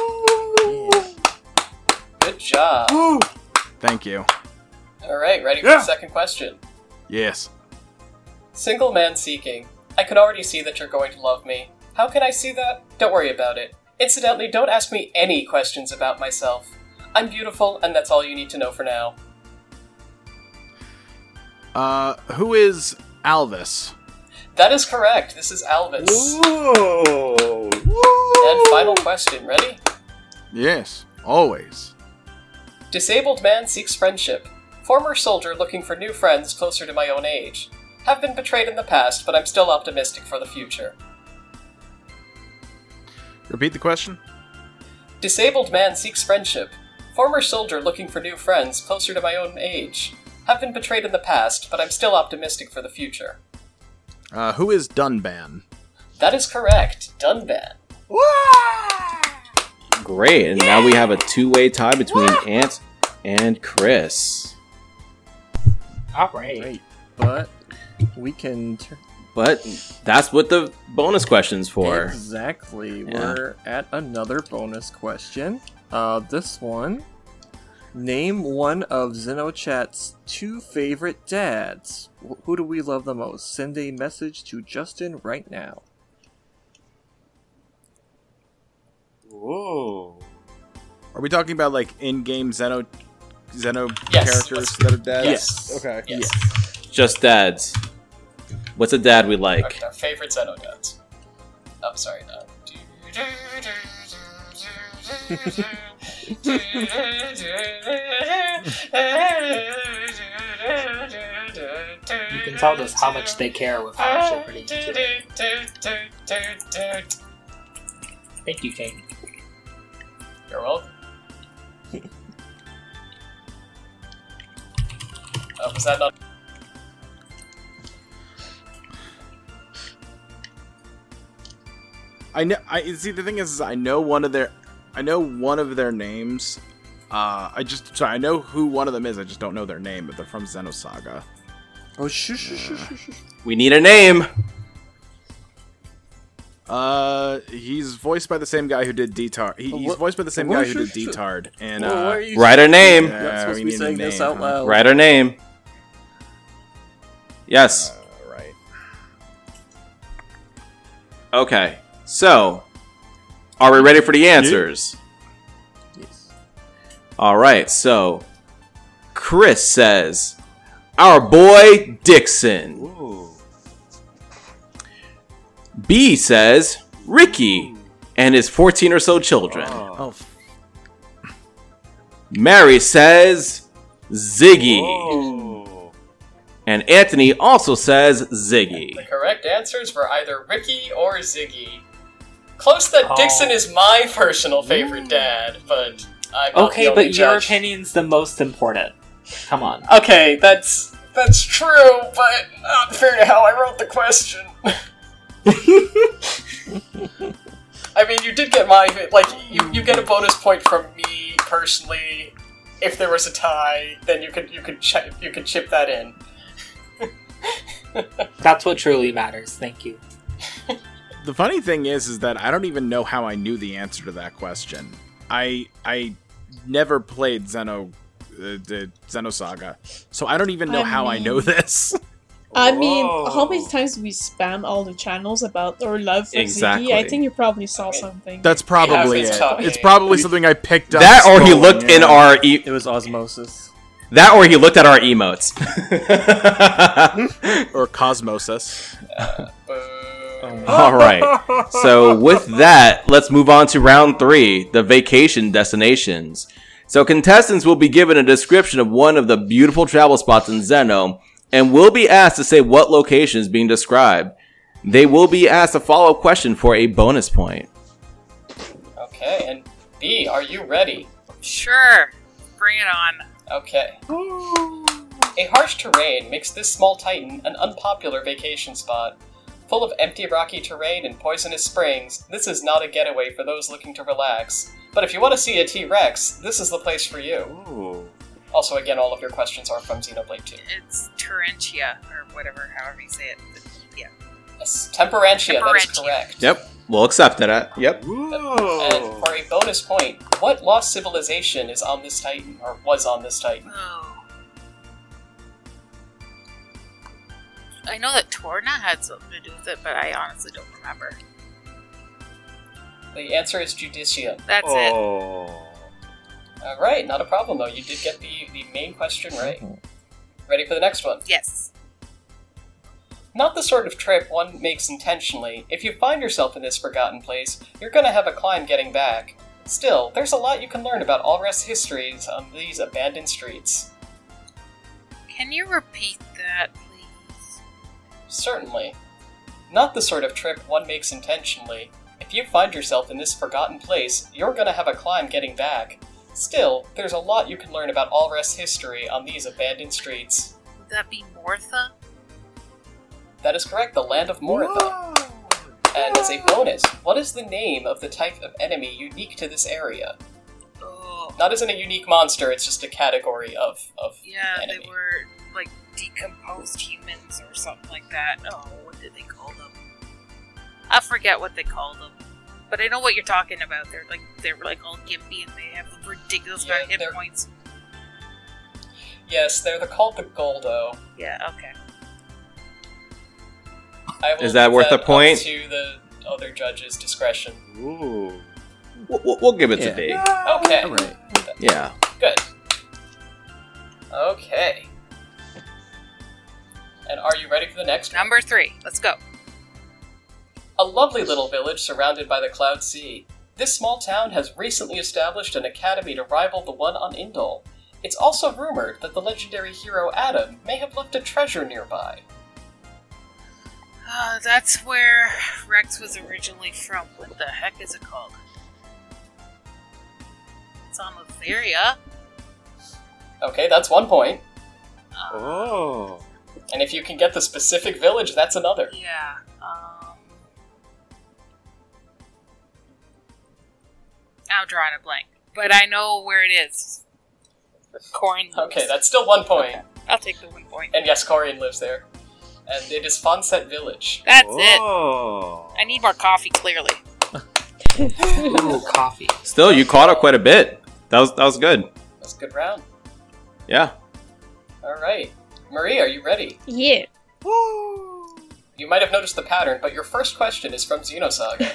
Speaker 5: Good job.
Speaker 7: Thank you.
Speaker 5: All right, ready for
Speaker 4: Yeah.
Speaker 5: the second question.
Speaker 7: Yes.
Speaker 5: Single man seeking. I can already see that you're going to love me. How can I see that? Don't worry about it. Incidentally, don't ask me any questions about myself. I'm beautiful, and that's all you need to know for now.
Speaker 7: Uh, who is Alvis?
Speaker 5: That is correct. This is Alvis.
Speaker 8: Whoa!
Speaker 5: And final question. Ready?
Speaker 4: Yes, always.
Speaker 5: Disabled man seeks friendship. Former soldier looking for new friends closer to my own age. Have been betrayed in the past, but I'm still optimistic for the future.
Speaker 7: Repeat the question.
Speaker 5: Disabled man seeks friendship. Former soldier looking for new friends closer to my own age. Have been betrayed in the past, but I'm still optimistic for the future.
Speaker 7: Uh, who is Dunban?
Speaker 5: That is correct. Dunban.
Speaker 1: Great. And now we have a two way tie between Ant and Chris.
Speaker 2: All right.
Speaker 8: Right, but we can. Turn-
Speaker 1: But that's what the bonus question's for.
Speaker 8: Exactly.
Speaker 1: Yeah.
Speaker 8: We're at another bonus question. Uh, this one. Name one of XenoChat's two favorite dads. Wh- Who do we love the most? Send a message to Justin right now.
Speaker 2: Whoa.
Speaker 7: Are we talking about like in-game Xeno Xeno
Speaker 5: Yes.
Speaker 7: characters that are dead?
Speaker 8: Yes.
Speaker 7: Okay.
Speaker 5: Yes.
Speaker 1: Just dads. What's a dad we like?
Speaker 5: Our, our favorite Zeno gods. Oh, sorry. No.
Speaker 2: You can tell just how much they care with how much they're pretty cute. Thank you, Kate.
Speaker 5: You're welcome. Uh, Oh, was that not?
Speaker 7: I know. I see. The thing is, is I know one of their, I know one of their names. Uh, I just sorry. I know who one of them is. I just don't know their name, but they're from Xenosaga.
Speaker 8: Oh, shush, shush, shush, shush, shush.
Speaker 1: We need a name.
Speaker 7: Uh, he's voiced by the same guy who did Detard. He,
Speaker 8: Uh,
Speaker 7: he's
Speaker 8: what-
Speaker 7: voiced by the same
Speaker 8: what
Speaker 7: guy
Speaker 8: is
Speaker 7: who
Speaker 8: your-
Speaker 7: did Detard. And
Speaker 8: Whoa, why
Speaker 7: uh,
Speaker 8: are you
Speaker 1: Write her name.
Speaker 8: You're not
Speaker 7: Yeah,
Speaker 8: supposed
Speaker 7: we
Speaker 8: to be
Speaker 7: need a
Speaker 8: saying this
Speaker 7: name,
Speaker 8: out
Speaker 7: huh?
Speaker 8: loud.
Speaker 1: Write her name. Yes.
Speaker 7: uh, right.
Speaker 1: Okay. So, are we ready for the answers?
Speaker 8: Yes.
Speaker 1: All right. So, Chris says, "Our boy Dixon."
Speaker 2: Ooh.
Speaker 1: B says, "Ricky and his 14 or so children."
Speaker 7: Oh, f-
Speaker 1: Mary says, "Ziggy."
Speaker 2: Whoa.
Speaker 1: And Anthony also says, "Ziggy."
Speaker 5: The correct answers were either Ricky or Ziggy. Close that
Speaker 2: Oh. Mm.
Speaker 5: Dixon is my personal favorite dad, but I'm not the
Speaker 2: Okay,
Speaker 5: only
Speaker 2: but your
Speaker 5: judge.
Speaker 2: opinion's the most important. Come on.
Speaker 5: Okay, that's that's true, but unfair to how I wrote the question. I mean, you did get my like you, you get a bonus point from me personally. If there was a tie, then you could you could chi- you could chip that in.
Speaker 2: That's what truly matters. Thank you.
Speaker 7: the funny thing is, is that I don't even know how I knew the answer to that question. I I never played Xeno, uh, the Xenosaga, so I don't even know
Speaker 6: I
Speaker 7: how I know
Speaker 6: mean-
Speaker 7: this.
Speaker 6: I mean, how many
Speaker 2: Whoa.
Speaker 6: times we spam all the channels about our love for
Speaker 1: Exactly.
Speaker 6: Ziggy? I think you probably saw
Speaker 5: Okay.
Speaker 6: something.
Speaker 7: That's probably
Speaker 5: been
Speaker 7: it.
Speaker 5: talking.
Speaker 7: It's probably something I picked up.
Speaker 1: That or he
Speaker 7: scrolling,
Speaker 1: looked in
Speaker 7: yeah.
Speaker 1: our e-
Speaker 8: It was osmosis.
Speaker 1: that or he looked at our emotes.
Speaker 7: or Cosmosis.
Speaker 5: Boo.
Speaker 1: All right. So with that, let's move on to round three, the vacation destinations. So contestants will be given a description of one of the beautiful travel spots in Zeno and will be asked to say what location is being described. They will be asked a follow-up question for a bonus point.
Speaker 5: Okay, and B, are you ready?
Speaker 3: Sure. Bring it on.
Speaker 5: Okay. A harsh terrain makes this small titan an unpopular vacation spot. Full of empty rocky terrain and poisonous springs, this is not a getaway for those looking to relax. But if you want to see a T Rex, this is the place for you.
Speaker 2: Ooh.
Speaker 5: Also, again, all of your questions are from Xenoblade 2.
Speaker 3: It's Torrentia, or whatever, however you say it. Yeah.
Speaker 5: Yes, Temperantia, that is
Speaker 3: Temperantia.
Speaker 5: correct.
Speaker 1: Yep. We'll accept that. Yep.
Speaker 5: And for a bonus point, what lost civilization is on this titan, or was on this titan?
Speaker 3: Oh. I know that Torna had something to do with it, but I honestly don't remember.
Speaker 5: The answer is Judicium.
Speaker 3: That's
Speaker 5: Oh.
Speaker 3: it.
Speaker 5: Alright, not a problem though. You did get the, the main question right. Ready for the next one?
Speaker 3: Yes.
Speaker 5: Not the sort of trip one makes intentionally. If you find yourself in this forgotten place, you're gonna have a climb getting back. Still, there's a lot you can learn about all rest histories on these abandoned streets.
Speaker 3: Can you repeat that, please?
Speaker 5: Certainly. Not the sort of trip one makes intentionally. If you find yourself in this forgotten place, you're gonna have a climb getting back. Still, there's a lot you can learn about all rest history on these abandoned streets.
Speaker 3: Would that be Mortha?
Speaker 5: That is correct, the land of
Speaker 6: Oh.
Speaker 5: Moritha. And as a bonus, what is the name of the type of enemy unique to this area?
Speaker 3: Oh,
Speaker 5: Not isn't a unique monster, it's just a category of, of
Speaker 3: yeah,
Speaker 5: enemy.
Speaker 3: they were like decomposed humans or something like that. Oh, what did they call them? I forget what they called them, but I know what you're talking about. They're like they were like all gimpy and they have ridiculous amount of
Speaker 5: Yeah,
Speaker 3: hit
Speaker 5: they're-
Speaker 3: points.
Speaker 5: Yes, they're, they're called the Goldo.
Speaker 3: Yeah, okay.
Speaker 5: I will
Speaker 1: Is that
Speaker 5: leave
Speaker 1: worth a
Speaker 5: up
Speaker 1: point?
Speaker 5: To the other judge's discretion.
Speaker 7: Ooh.
Speaker 1: We'll, we'll- we'll give it
Speaker 8: Yeah.
Speaker 1: to Dave.
Speaker 5: Okay,
Speaker 8: All right.
Speaker 1: Yeah.
Speaker 5: good. Okay. And are you ready for the next one?
Speaker 3: Number three. Let's go.
Speaker 5: A lovely little village surrounded by the Cloud Sea. This small town has recently established an academy to rival the one on Indol. It's also rumored that the legendary hero Adam may have left a treasure nearby.
Speaker 3: Uh, that's where Rex was originally from. What the heck is it called? It's on Lathyria.
Speaker 5: Okay, that's one point.
Speaker 7: Oh.
Speaker 5: And if you can get the specific village, that's another.
Speaker 3: Yeah. Um, I'm drawing a blank, but I know where it is. Corin. lives.
Speaker 5: Okay, that's still one point.
Speaker 3: I'll take the one point.
Speaker 5: And yes, Corian lives there. And it is Fonset Village.
Speaker 3: That's it.
Speaker 7: oh.
Speaker 3: I need more coffee. Clearly,
Speaker 2: Ooh, coffee.
Speaker 1: Still, you caught up quite a bit. That was that was good.
Speaker 5: That's a good round.
Speaker 1: Yeah.
Speaker 5: Alright. Marie, are you ready?
Speaker 6: Yeah.
Speaker 5: You might have noticed the pattern, but your first question is from Xenosaga.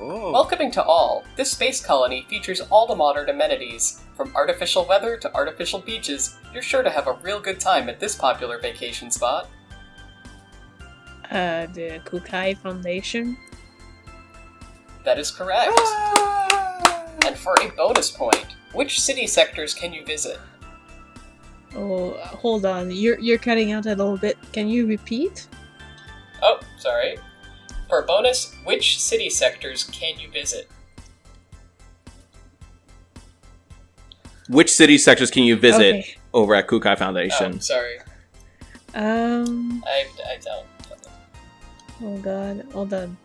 Speaker 7: Oh.
Speaker 5: Welcoming to all, this space colony features all the modern amenities. From artificial weather to artificial beaches, you're sure to have a real good time at this popular vacation spot.
Speaker 6: Uh, the Kukai Foundation.
Speaker 5: That is correct. And for a bonus point, which city sectors can you visit?
Speaker 6: Oh, hold on. You're you're cutting out a little bit. Can you repeat?
Speaker 5: Oh, sorry. For a bonus, which city sectors can you visit? Oh,
Speaker 1: Which city sectors can you visit
Speaker 6: Okay.
Speaker 1: over at Kukai
Speaker 5: Oh,
Speaker 1: Foundation?
Speaker 5: sorry.
Speaker 6: Um.
Speaker 5: I, I don't.
Speaker 6: Oh God. Hold on.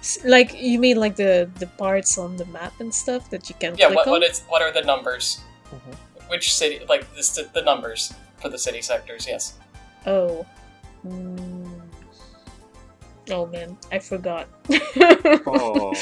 Speaker 6: S- Like you mean like the the parts on the map and stuff that you can
Speaker 5: Yeah,
Speaker 6: click
Speaker 5: what,
Speaker 6: on?
Speaker 5: what, is, what are the numbers? Which city, like, this, the, the numbers for the city sectors, yes.
Speaker 6: Oh. Mm. Oh man, I forgot.
Speaker 7: Oh.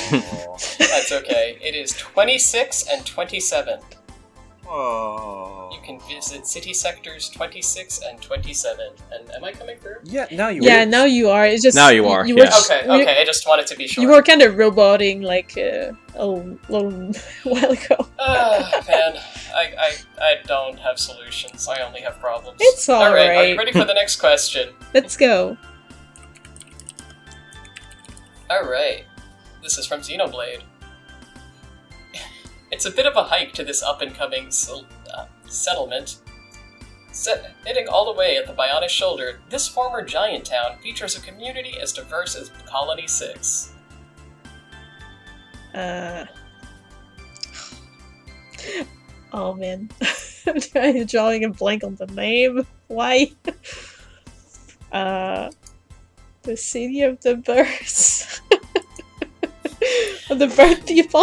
Speaker 5: That's okay. it is 26 and 27.
Speaker 7: oh.
Speaker 5: You can visit city sectors 26 and 27. And am I coming through?
Speaker 8: Yeah, now you
Speaker 6: yeah,
Speaker 8: win.
Speaker 6: now you are. It's just
Speaker 1: Now you are,
Speaker 6: were
Speaker 1: yeah.
Speaker 6: just-
Speaker 5: Okay,
Speaker 6: you-
Speaker 5: okay, I just wanted to be sure.
Speaker 6: You were kind of roboting like uh, a little while ago.
Speaker 5: Ah, man, I, I, I don't have solutions. I only have problems.
Speaker 6: It's all
Speaker 5: Alright, are you
Speaker 6: right.
Speaker 5: ready for the next question?
Speaker 6: Let's go.
Speaker 5: Alright. This is from Xenoblade. it's a bit of a hike to this up and coming sel- uh, settlement. Set- hitting all the way at the Bionic shoulder, this former giant town features a community as diverse as Colony 6.
Speaker 6: Uh... Oh man, I'm trying to drawing a blank on the name. Why? Uh, the city of the birds, of the bird people.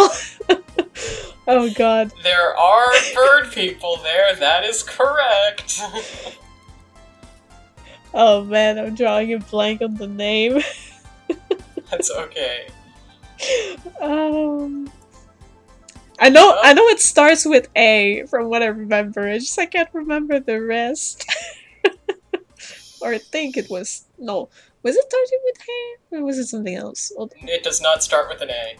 Speaker 6: oh god.
Speaker 5: There are bird people there, that is correct.
Speaker 6: Oh man, I'm drawing a blank on the name.
Speaker 5: That's okay.
Speaker 6: Um, I know, I know it starts with A from what I remember. It's just I can't remember the rest. or I think it was no, was it starting with A or was it something else? Hold-
Speaker 5: It does not start with an A.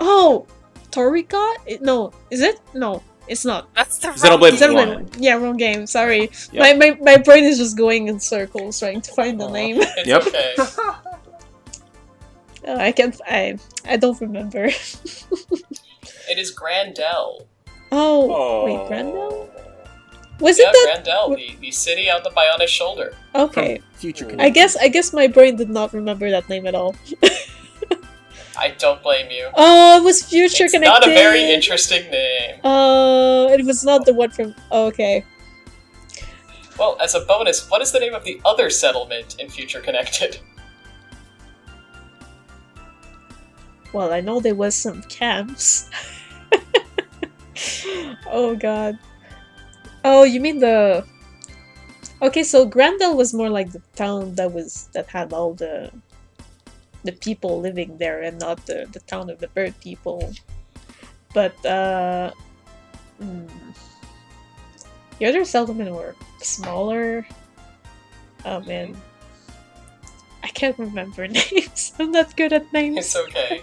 Speaker 6: Oh, Torika? It, no, is it no? It's not.
Speaker 3: That's the wrong
Speaker 1: Xenoblade
Speaker 3: game.
Speaker 6: Xenoblade.
Speaker 1: One.
Speaker 6: One. Yeah, wrong game. Sorry.
Speaker 1: Yeah.
Speaker 6: My, my my brain is just going in circles trying to find the
Speaker 5: Aw.
Speaker 6: name.
Speaker 5: It's
Speaker 7: Yep.
Speaker 5: okay.
Speaker 6: Oh, I can't. I I don't remember.
Speaker 5: It is Grandel.
Speaker 6: Oh,
Speaker 1: Oh.
Speaker 6: wait, Grandel. Was
Speaker 5: yeah,
Speaker 6: it that?
Speaker 5: Grandel, the, the city on the Bionic shoulder.
Speaker 6: Okay.
Speaker 8: Future
Speaker 6: I
Speaker 8: Connect.
Speaker 6: guess I guess my brain did not remember that name at all.
Speaker 5: I don't blame you.
Speaker 6: Oh, it was Future
Speaker 5: it's
Speaker 6: Connected.
Speaker 5: not a very interesting name.
Speaker 6: Oh, it was not the one from. Oh, okay.
Speaker 5: Well, as a bonus, what is the name of the other settlement in Future Connected?
Speaker 6: Well, I know there was some camps. oh God. Oh, you mean the? Okay, so Grandel was more like the town that was that had all the the people living there, and not the the town of the bird people. But uh, hmm. the other settlement were smaller. Oh man. I can't remember names. I'm not good at names.
Speaker 5: It's okay.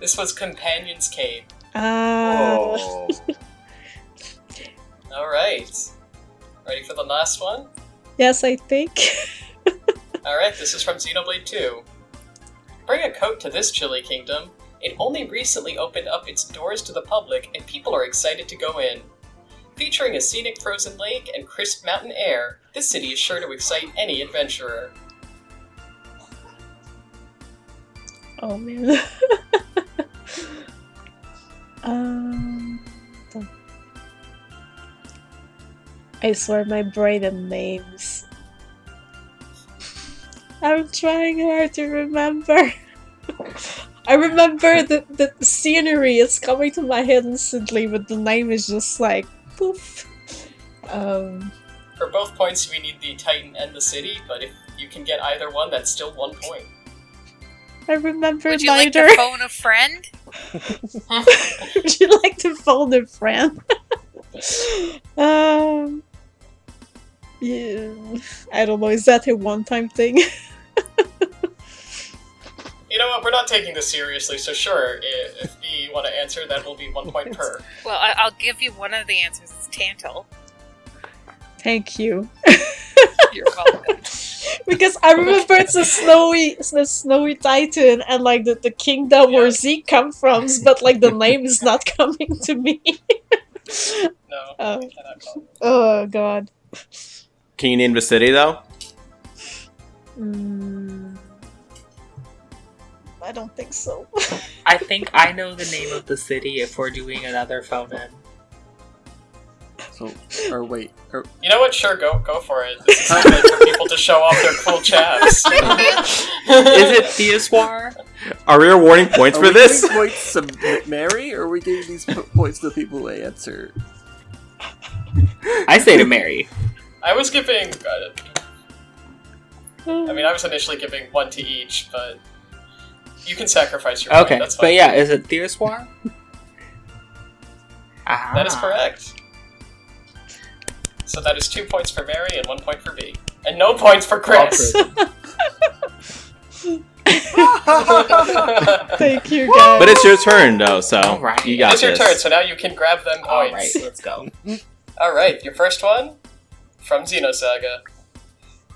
Speaker 5: this was Companion's Cave.
Speaker 6: Uh,
Speaker 1: Oh.
Speaker 5: All right. Ready for the last one?
Speaker 6: yes, I think.
Speaker 5: All right, this is from Xenoblade 2. Bring a coat to this chilly kingdom. It only recently opened up its doors to the public, and people are excited to go in. Featuring a scenic frozen lake and crisp mountain air, this city is sure to excite any adventurer.
Speaker 6: Oh man. um, the- I swear, my brain and names. I'm trying hard to remember. I remember the the scenery is coming to my head instantly, but the name is just like poof. Um.
Speaker 5: For both points, we need the Titan and the city, but if you can get either one, that's still one point.
Speaker 6: I remember
Speaker 3: Would you like
Speaker 6: neither.
Speaker 3: to phone a friend?
Speaker 6: Would you like to phone a friend? um, yeah, I don't know. Is that a one-time thing?
Speaker 5: You know what? We're not taking this seriously, so sure, if, if we want to answer, that will be one point per.
Speaker 3: Well, I- I'll give you one of the answers. It's Tantal.
Speaker 6: Thank you,
Speaker 3: You're welcome.
Speaker 6: because I remember it's a snowy, it's the snowy titan, and like the, the kingdom where Zeke come from, but like the name is not coming to me.
Speaker 5: No,
Speaker 6: Oh.
Speaker 5: we cannot call.
Speaker 6: oh God.
Speaker 1: Can you name the city though?
Speaker 6: Mm, I don't think so.
Speaker 2: I think I know the name of the city if we're doing another phone in.
Speaker 8: So, or wait, or,
Speaker 5: You know what? Sure, go go for it. This is a way for people to show off their cool chaps.
Speaker 2: Is it Theoswar?
Speaker 1: Are there warning points
Speaker 8: are
Speaker 1: for
Speaker 8: we
Speaker 1: this?
Speaker 8: giving points to Mary, or are we giving these po- points to the people who answer?
Speaker 2: I say to Mary.
Speaker 5: I was giving. uh, I mean, I was initially giving one to each, but you can sacrifice your. point,
Speaker 2: Okay,
Speaker 5: that's fine.
Speaker 2: but yeah, is it Theoswar? Ah.
Speaker 5: that is correct. So that is two points for Mary and one point for B, and no points for Chris.
Speaker 2: Oh,
Speaker 5: it's
Speaker 6: Thank you, guys.
Speaker 1: But it's your turn though, so
Speaker 2: All right.
Speaker 1: you got
Speaker 5: your
Speaker 1: this.
Speaker 5: turn, so now you can grab them
Speaker 2: All
Speaker 5: points.
Speaker 2: right, let's go.
Speaker 5: All right, your first one from Xenosaga.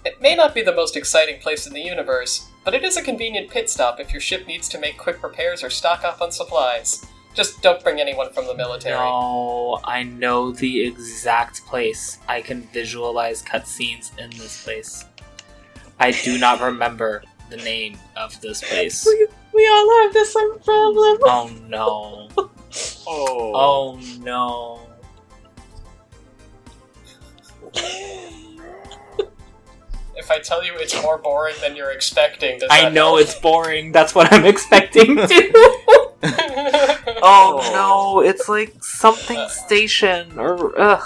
Speaker 5: It may not be the most exciting place in the universe, but it is a convenient pit stop if your ship needs to make quick repairs or stock up on supplies. Just don't bring anyone from the military.
Speaker 2: No, I know the exact place. I can visualize cutscenes in this place. I do not remember the name of this place.
Speaker 6: we all have the same problem.
Speaker 2: Oh no.
Speaker 4: Oh.
Speaker 2: Oh no.
Speaker 5: If I tell you it's more boring than you're expecting, does
Speaker 2: I
Speaker 5: that
Speaker 2: know
Speaker 5: help?
Speaker 2: it's boring. That's what I'm expecting to. oh no, it's like something station or ugh.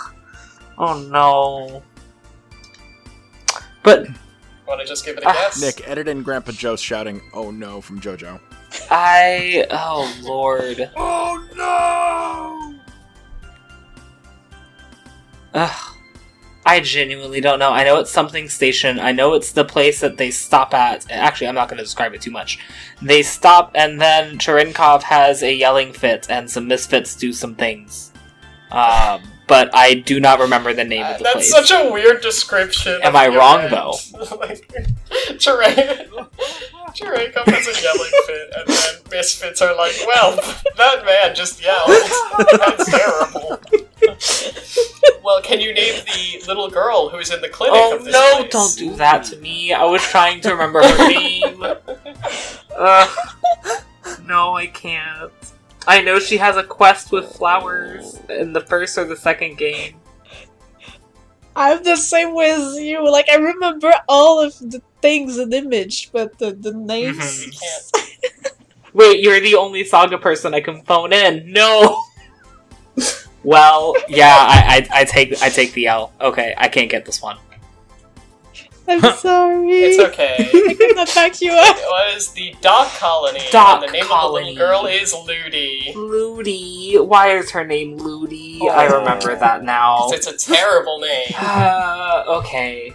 Speaker 2: Oh no. But
Speaker 5: Want to just give it
Speaker 2: Ah,
Speaker 5: a guess?
Speaker 7: Nick, edit in Grandpa Joe shouting, oh no, from JoJo.
Speaker 2: I oh lord.
Speaker 4: Oh no!
Speaker 2: Ugh. I genuinely don't know. I know it's something station. I know it's the place that they stop at. Actually, I'm not going to describe it too much. They stop, and then Cherenkov has a yelling fit, and some misfits do some things. Uh, but I do not remember the name of the
Speaker 5: Uh, That's
Speaker 2: place.
Speaker 5: such a weird description.
Speaker 2: Am
Speaker 5: of
Speaker 2: I
Speaker 5: the
Speaker 2: wrong,
Speaker 5: event.
Speaker 2: though?
Speaker 5: like, Jerae, Jerae comes a yelling fit, and then misfits are like, "Well, that man just yelled. That's terrible." well, can you name the little girl who's in the clinic?
Speaker 2: oh
Speaker 5: of this
Speaker 2: no!
Speaker 5: place?
Speaker 2: Don't do that to me. I was trying to remember her name. Ugh. no, I can't. I know she has a quest with flowers in the first or the second game.
Speaker 6: I'm the same way as you. Like I remember all of the things in image, but the, the names.
Speaker 2: Mhm. Wait, you're the only saga person I can phone in. No. well, yeah, I, I, I take I take the L. Okay, I can't get this one.
Speaker 6: I'm sorry.
Speaker 5: It's okay.
Speaker 6: I could not back you up.
Speaker 5: It was the Dock Colony.
Speaker 2: Dock
Speaker 5: and the name
Speaker 2: Colony.
Speaker 5: of the little girl is Ludi.
Speaker 2: Ludi. Why is her name Ludi? I remember that now.
Speaker 5: 'Cause It's a terrible name.
Speaker 2: Uh, okay.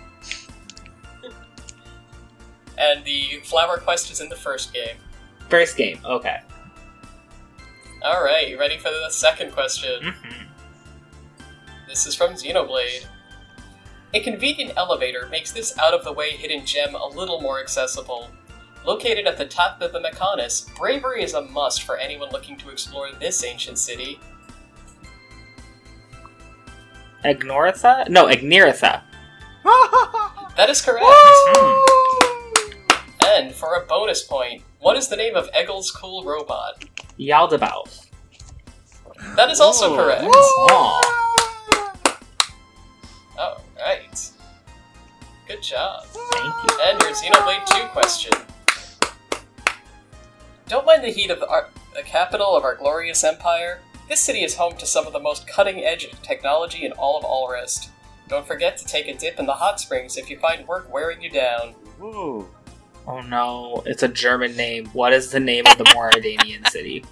Speaker 5: And the flower quest is in the first game.
Speaker 2: First game. Okay.
Speaker 5: All right, you ready for the second question? This is from Xenoblade. A convenient elevator makes this out of the way hidden gem a little more accessible. Located at the top of the Mechanus, bravery is a must for anyone looking to explore this ancient city.
Speaker 2: Agnoritha? No, Agniritha.
Speaker 5: That is correct!
Speaker 2: Hmm.
Speaker 5: And for a bonus point, what is the name of Eggle's cool robot?
Speaker 2: Yaldabaoth.
Speaker 5: That is also
Speaker 7: Ooh.
Speaker 5: correct!
Speaker 2: Aw.
Speaker 5: Alright. Good job.
Speaker 2: Thank you.
Speaker 5: And your Xenoblade 2 question. Don't mind the heat of our, the capital of our glorious empire. This city is home to some of the most cutting edge technology in all of Allrest. Don't forget to take a dip in the hot springs if you find work wearing you down.
Speaker 7: Whoa.
Speaker 2: Oh no, it's a German name. What is the name of the Moradanian city?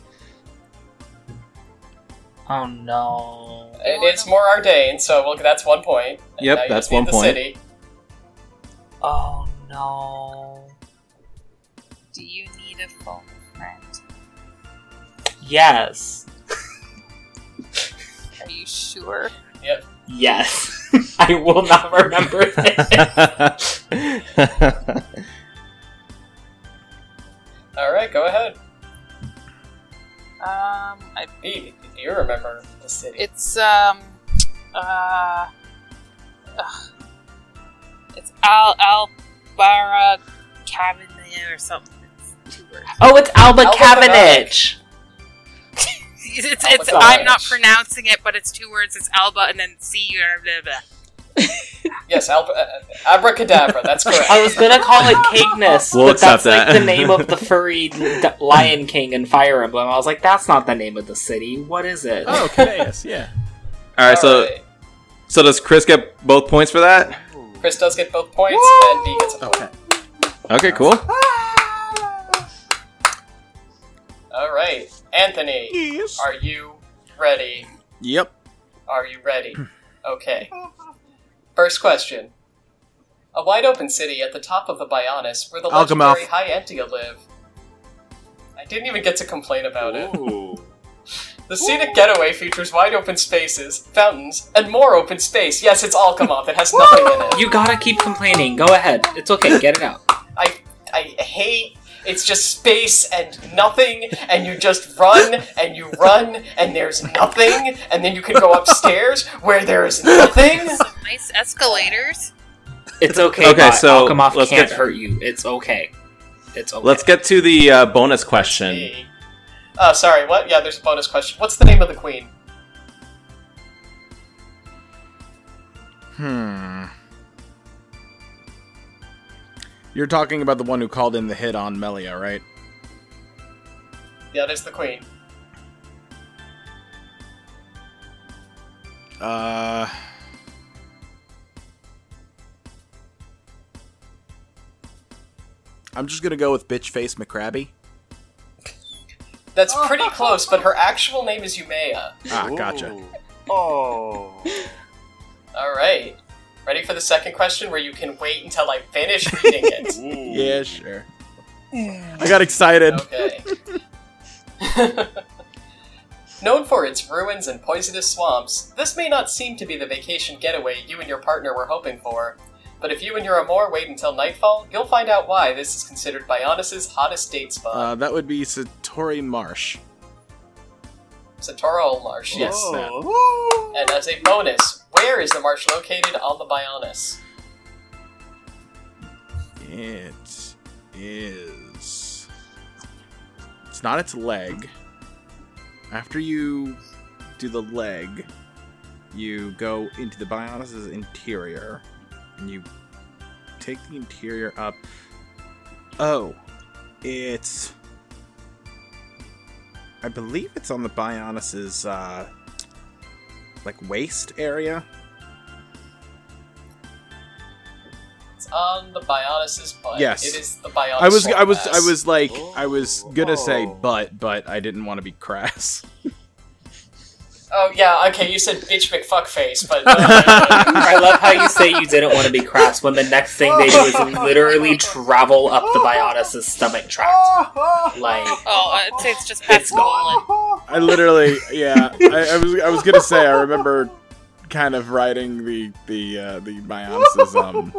Speaker 2: Oh no.
Speaker 5: It is more our day, and so we'll, that's one point. And
Speaker 1: Yep,
Speaker 5: now you
Speaker 1: that's
Speaker 5: just need
Speaker 1: one
Speaker 5: the
Speaker 1: point.
Speaker 5: City.
Speaker 2: Oh no.
Speaker 3: Do you need a phone friend?
Speaker 2: Yes.
Speaker 3: Are you sure?
Speaker 2: Yes. I will not remember this.
Speaker 5: All right, go ahead.
Speaker 3: Um, I,
Speaker 5: B, do you remember the city?
Speaker 3: it's um, uh, ugh. it's Al Albara Cavendish or something. It's two words.
Speaker 2: Oh, it's Alba
Speaker 5: Alba
Speaker 2: Cavendish.
Speaker 3: It's,
Speaker 5: Alba
Speaker 3: it's I'm not
Speaker 5: Cavendish.
Speaker 3: pronouncing it, but it's two words. It's Alba and then C. Blah, blah, blah.
Speaker 5: yes, Al- uh, Abracadabra, that's correct.
Speaker 2: I was gonna call it Cagnus,
Speaker 1: We'll
Speaker 2: but
Speaker 1: accept
Speaker 2: that's
Speaker 1: that.
Speaker 2: like the name of the furry d- Lion King and Fire Emblem. I was like, that's not the name of the city. What is it?
Speaker 7: Oh, Cadeus, yeah.
Speaker 1: All right, so
Speaker 5: Alright.
Speaker 1: so does Chris get both points for that?
Speaker 5: Chris does get both points, and B gets a point.
Speaker 7: Okay.
Speaker 1: Okay, cool.
Speaker 5: All right, Anthony. Are you ready?
Speaker 7: Yep.
Speaker 5: Are you ready? Okay. First question. A wide open city at the top of the Bionis where the
Speaker 7: Algamouth.
Speaker 5: legendary High Antia live. I didn't even get to complain about it. The scenic getaway features wide open spaces, fountains, and more open space. Yes, it's Alchemath. It has nothing in it.
Speaker 2: You gotta keep complaining. Go ahead. It's okay. Get it out.
Speaker 5: I I hate it's just space and nothing, and you just run and you run and there's nothing, and then you can go upstairs where there is nothing.
Speaker 3: Some nice escalators.
Speaker 2: It's okay.
Speaker 1: Okay,
Speaker 2: Okay,
Speaker 1: so
Speaker 2: so Alchemoth
Speaker 1: let's
Speaker 2: can't
Speaker 1: get-
Speaker 2: hurt you. It's okay. It's okay.
Speaker 1: Let's get to the uh, bonus question.
Speaker 5: Oh, sorry. What? Yeah, there's a bonus question. What's the name of the queen?
Speaker 7: Hmm. You're talking about the one who called in the hit on Melia, right?
Speaker 5: Yeah, there's the queen.
Speaker 7: Uh. I'm just gonna go with bitch face McCrabby.
Speaker 5: That's pretty close, but her actual name is Umea.
Speaker 7: Ah, gotcha.
Speaker 8: Oh.
Speaker 5: All right. Ready for the second question, where you can wait until I finish reading it?
Speaker 7: Yeah, sure. I got excited.
Speaker 5: Okay. Known for its ruins and poisonous swamps, this may not seem to be the vacation getaway you and your partner were hoping for. But if you and your amour wait until nightfall, you'll find out why this is considered Bionis' hottest date spot.
Speaker 7: Uh, that would be Satori Marsh. Uh,
Speaker 5: Satoral Marsh, yes.
Speaker 7: Whoa. that.
Speaker 8: Woo!
Speaker 5: And as a bonus, where is the marsh located on the Bionis?
Speaker 7: It is. It's not its leg. After you do the leg, you go into the Bionis' interior and you take the interior up. Oh, it's. I believe it's on the Bionis' uh, like waist area.
Speaker 5: It's on the Bionis' butt.
Speaker 7: Yes.
Speaker 5: It is the Bionis.
Speaker 7: I was,
Speaker 5: swamp
Speaker 7: I was, I
Speaker 5: ass.
Speaker 7: was like, I was gonna say
Speaker 1: Oh.
Speaker 7: but, but I didn't want to be crass.
Speaker 5: Oh, yeah, okay, you said bitch McFuckface, but. uh,
Speaker 2: I love how you say you didn't want to be crass when the next thing they do is literally travel up the Biotis' stomach tract. Like,
Speaker 3: Oh, I'd say it's just Pascal.
Speaker 7: I literally, yeah, I, I was, I was gonna say, I remember kind of riding the the uh, the Bionis's um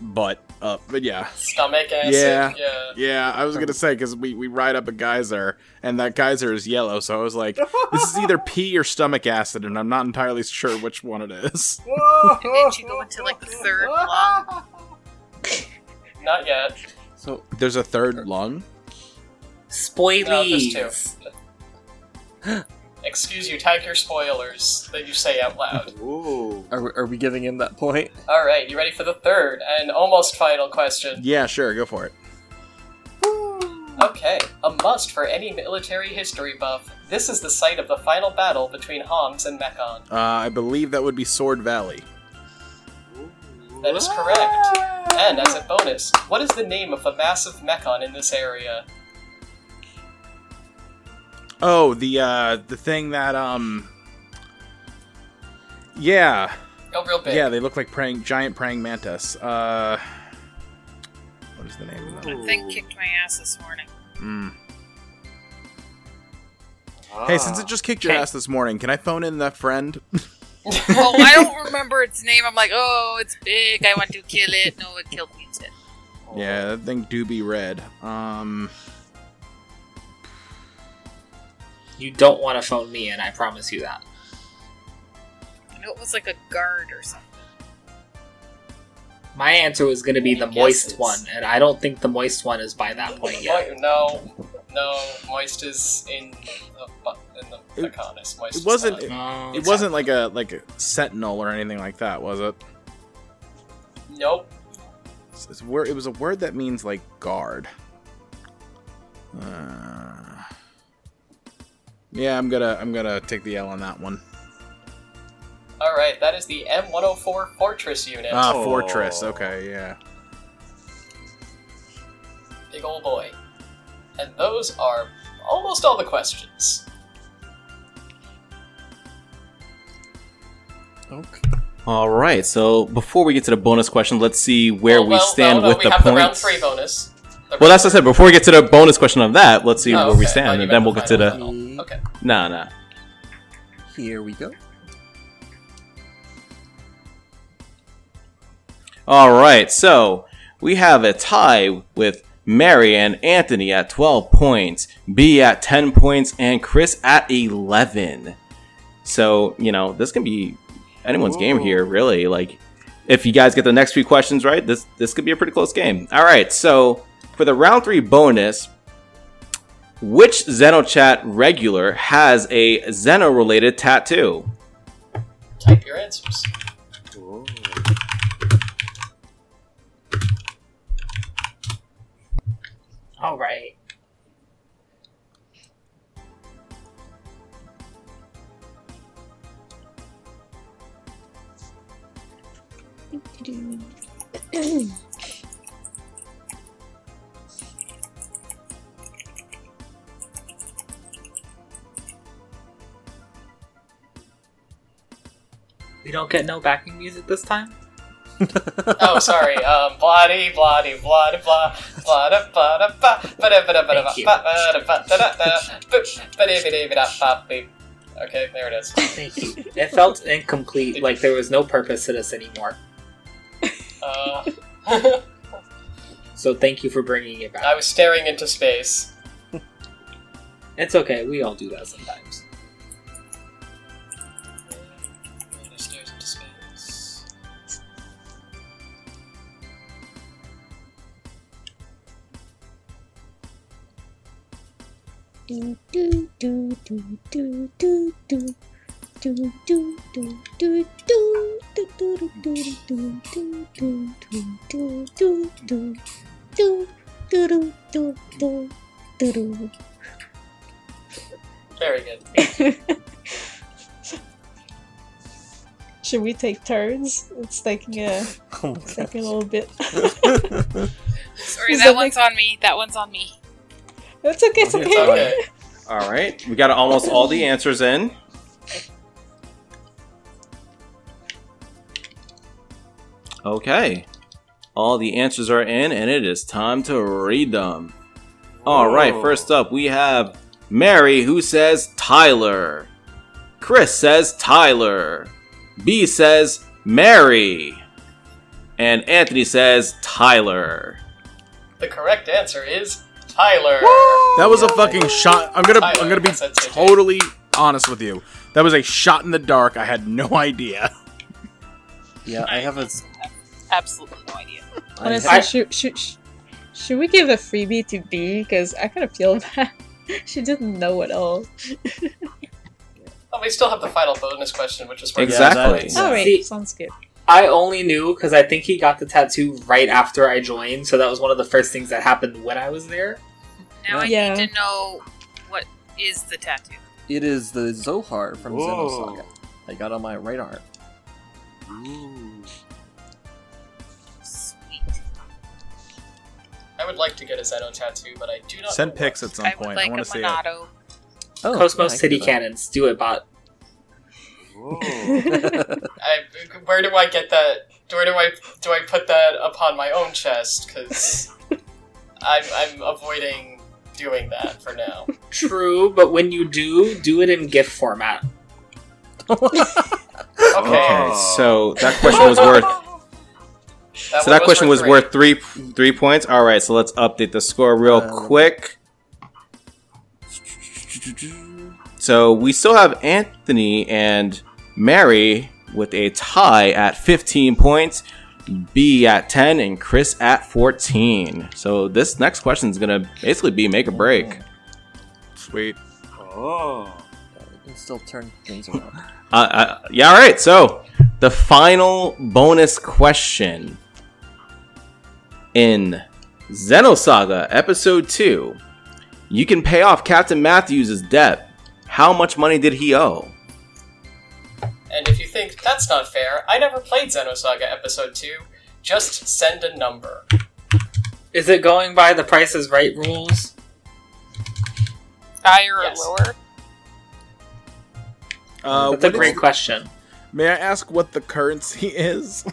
Speaker 7: butt up, but yeah,
Speaker 5: stomach acid.
Speaker 7: Yeah.
Speaker 5: yeah.
Speaker 7: yeah, I was gonna say because we we ride up a geyser and that geyser is yellow, so I was like, this is either pee or stomach acid, and I'm not entirely sure which one it is.
Speaker 3: And then you go into like the third lung.
Speaker 5: Not yet.
Speaker 8: So
Speaker 7: There's a third lung.
Speaker 5: No, there's two.
Speaker 2: spoilies.
Speaker 5: Excuse you, type your spoilers that you say out loud.
Speaker 1: Ooh.
Speaker 8: are we, are we giving him that point?
Speaker 5: Alright, you ready for the third and almost final question?
Speaker 7: Yeah, sure, go for it.
Speaker 5: Okay, a must for any military history buff. This is the site of the final battle between Homs and Mechon.
Speaker 7: Uh, I believe that would be Sword Valley.
Speaker 5: That is correct. And as a bonus, what is the name of the massive Mechon in this area?
Speaker 7: Oh, the uh the thing that um Yeah.
Speaker 5: Go real big.
Speaker 7: Yeah, they look like praying giant praying mantis. Uh What is the name of that?
Speaker 3: That thing kicked my ass this morning.
Speaker 7: Mm. Hey, since it just kicked your
Speaker 2: Okay.
Speaker 7: ass this morning, can I phone in that friend?
Speaker 3: Oh, I don't remember its name. I'm like, oh, it's big. I want to kill it. No, it killed me instead.
Speaker 7: Yeah, that thing do be red. Um
Speaker 2: You don't want to phone me in, I promise you that.
Speaker 3: I know it was like a guard or something.
Speaker 2: My answer was going to be the
Speaker 5: Guesses.
Speaker 2: moist one, and I don't think the moist one is by that point yet.
Speaker 5: Mo- no, no, Moist is in the, bu- in the
Speaker 7: It-
Speaker 5: Mechon. It's Moist
Speaker 7: it
Speaker 5: is
Speaker 7: wasn't
Speaker 5: not.
Speaker 7: it,
Speaker 2: Um,
Speaker 7: it wasn't like a like a sentinel or anything like that, was it?
Speaker 5: Nope.
Speaker 7: It's, it's where it was a word that means like guard. Uh, yeah, I'm gonna I'm gonna take the L on that one.
Speaker 5: Alright, that is the M104 Fortress Unit.
Speaker 7: Ah,
Speaker 1: Oh.
Speaker 7: fortress. Okay, yeah.
Speaker 5: Big ol' boy. And those are almost all the questions.
Speaker 8: Okay.
Speaker 1: All right. So before we get to the bonus question, let's see where
Speaker 5: Well,
Speaker 1: we
Speaker 5: Oh, well,
Speaker 1: stand
Speaker 5: no, no,
Speaker 1: with
Speaker 5: we
Speaker 1: the
Speaker 5: have
Speaker 1: points.
Speaker 5: the round three bonus. The
Speaker 1: Well,
Speaker 5: round-
Speaker 1: that's what I said. Before we get to the bonus question of that, let's see
Speaker 5: Oh,
Speaker 1: where we
Speaker 5: okay. I
Speaker 1: stand,
Speaker 5: thought you
Speaker 1: and then we'll
Speaker 5: meant
Speaker 1: get to
Speaker 5: the
Speaker 1: the.
Speaker 5: final battle. Okay.
Speaker 1: Nah, nah.
Speaker 8: Here we go.
Speaker 1: All right. So we have a tie with Mary and Anthony at 12 points, B at 10 points, and Chris at 11. So you know this can be anyone's game here, really. Like, if you guys get the next few questions right, this this could be a pretty close game. All right. So for the round three bonus. Which XenoChat regular has a Xeno related tattoo?
Speaker 5: Type your answers.
Speaker 2: All right. We don't get no backing music this time?
Speaker 5: oh, sorry. Um, blah dee blah dee blah dee blah blah da ba da ba ba da ba da ba da ba
Speaker 2: Thank you.
Speaker 5: ba ba da ba da da da boop ba dee ba dee ba da ba beep. Okay, there it is.
Speaker 2: Thank you. It felt incomplete, like there was no purpose to this anymore.
Speaker 5: Uh,
Speaker 2: So thank you for bringing it back.
Speaker 5: I was staring into space.
Speaker 2: It's okay. We all do that sometimes.
Speaker 5: I stared into space.
Speaker 6: Do do do do do do do do do do do do do do do do do do do do do do do do do do do do do.
Speaker 5: Very good.
Speaker 6: Should we take turns? It's taking a
Speaker 8: Oh
Speaker 6: taking a little bit.
Speaker 3: Sorry,
Speaker 6: Is
Speaker 3: that,
Speaker 6: that
Speaker 3: one's on me. That one's on me.
Speaker 6: It's okay. It's
Speaker 5: It's
Speaker 6: okay.
Speaker 5: okay.
Speaker 1: All right, we got almost all the answers in. Okay, all the answers are in, and it is time to read them. All right, first up we have Mary who says Tyler. Chris says Tyler. B says Mary. And Anthony says Tyler.
Speaker 5: The correct answer is Tyler.
Speaker 7: That was a fucking shot. I'm gonna I'm gonna be
Speaker 5: Tyler, that's it.
Speaker 7: totally honest with you. That was a shot in the dark. I had no idea.
Speaker 8: yeah, I have a. s-
Speaker 3: Absolutely no idea.
Speaker 6: Honestly, should, should, sh- should we give a freebie to B? Because I kind of feel bad. she didn't know at all.
Speaker 5: Oh, we still have the final bonus question, which is worth
Speaker 1: Exactly.
Speaker 6: All
Speaker 2: See-
Speaker 6: right, sounds good.
Speaker 2: I only knew because I think he got the tattoo right after I joined, so that was one of the first things that happened when I was there.
Speaker 3: Now
Speaker 6: Yeah.
Speaker 3: I need to know what is the tattoo.
Speaker 8: It is the Zohar from
Speaker 4: Whoa.
Speaker 8: Xenosaga. I got on my right arm.
Speaker 3: Sweet.
Speaker 5: I would like to get a Zeno tattoo, but I do not.
Speaker 7: Send
Speaker 5: know what.
Speaker 7: pics at some
Speaker 3: I would
Speaker 7: point.
Speaker 3: like
Speaker 7: I
Speaker 3: a
Speaker 7: want to see it.
Speaker 3: Monado.
Speaker 8: Oh,
Speaker 2: Cosmos
Speaker 8: I
Speaker 2: City
Speaker 8: can do that.
Speaker 2: Cannons, do it, bot.
Speaker 5: I, where do I get that? Where do I do I put that upon my own chest? Because I'm I'm avoiding doing that for now.
Speaker 2: True, but when you do, do it in GIF format.
Speaker 5: Okay,
Speaker 1: Okay, so that question was worth so
Speaker 5: one
Speaker 1: that question was
Speaker 5: three.
Speaker 1: worth three three points. All right, so let's update the score real
Speaker 8: Uh,
Speaker 1: quick. So we still have Anthony and Mary with a tie at 15 points, B at 10, and Chris at 14. So this next question is gonna basically be make or break.
Speaker 7: Sweet.
Speaker 4: Oh.
Speaker 8: You can still turn things around.
Speaker 1: Uh, uh, yeah, all right. So the final bonus question in Xenosaga Episode 2 You can pay off Captain Matthews' debt. How much money did he owe?
Speaker 5: And if you think that's not fair, I never played Xenosaga Episode Two. Just send a number.
Speaker 2: Is it going by the Price is Right rules?
Speaker 3: Higher
Speaker 5: Yes.
Speaker 3: or lower?
Speaker 7: Uh, what
Speaker 2: That's a
Speaker 7: is-
Speaker 2: great question.
Speaker 7: May I ask what the currency is?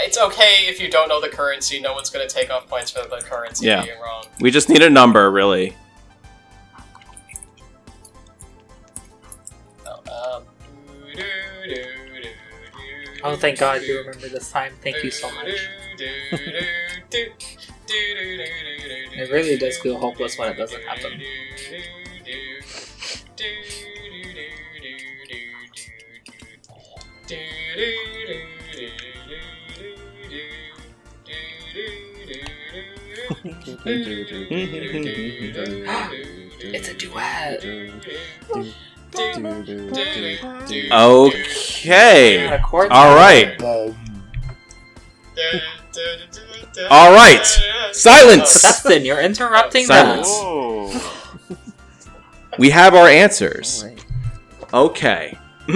Speaker 5: It's okay if you don't know the currency. No one's going to take off points for the currency
Speaker 1: Yeah.
Speaker 5: being wrong.
Speaker 1: We just need a number, really.
Speaker 5: Oh, um, doo-doo-doo-doo-doo.
Speaker 2: Oh, thank God you remember this time. Thank you so much.
Speaker 5: it
Speaker 2: really does feel hopeless when it doesn't happen. It's a duet.
Speaker 1: Okay.
Speaker 2: A chord-
Speaker 1: All right. All right.
Speaker 5: Oh,
Speaker 1: Silence.
Speaker 2: Dustin, you're interrupting
Speaker 1: Silence.
Speaker 2: that.
Speaker 4: Oh.
Speaker 1: We have our answers.
Speaker 8: Alright.
Speaker 1: Okay.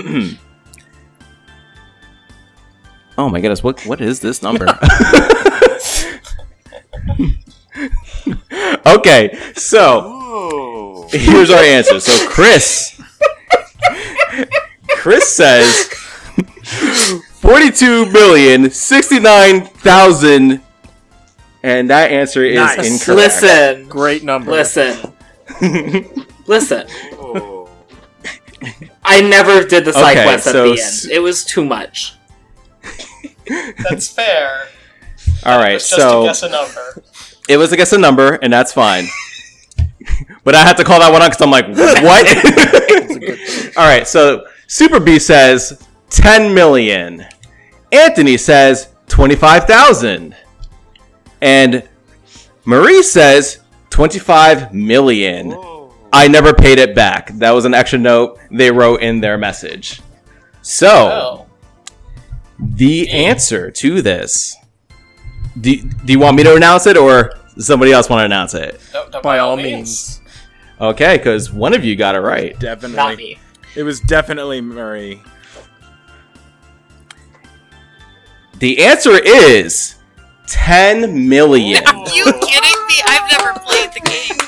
Speaker 1: oh my goodness, what what is this number? okay, so
Speaker 4: Oh.
Speaker 1: here's our answer. So Chris Chris says Forty-two million sixty-nine thousand, and that answer is
Speaker 2: Nice.
Speaker 1: incorrect.
Speaker 2: Listen,
Speaker 8: Great number.
Speaker 2: listen,
Speaker 1: Listen,
Speaker 2: listen.
Speaker 4: Oh.
Speaker 2: I never did the side
Speaker 1: Okay,
Speaker 2: quest at
Speaker 1: so
Speaker 2: the
Speaker 1: s-
Speaker 2: end. It was too much.
Speaker 5: That's fair.
Speaker 1: all right,
Speaker 5: It's just
Speaker 1: so
Speaker 5: to guess a number.
Speaker 1: it was against a number, and that's fine. but I had to call that one out because I'm like, what? All right, so Super B says 10 million. Anthony says 25,000. And Marie says 25 million. I never paid it back. That was an extra note they wrote in their message. So.
Speaker 5: Oh.
Speaker 1: The answer to this. Do, do you want me to announce it or does somebody else want to announce it?
Speaker 5: No, no,
Speaker 8: By all means.
Speaker 1: Okay, because one of you got it right.
Speaker 2: Not
Speaker 7: Definitely.
Speaker 2: me.
Speaker 7: It was definitely Murray.
Speaker 1: The answer is 10 million.
Speaker 3: You kidding me? I've never played the game.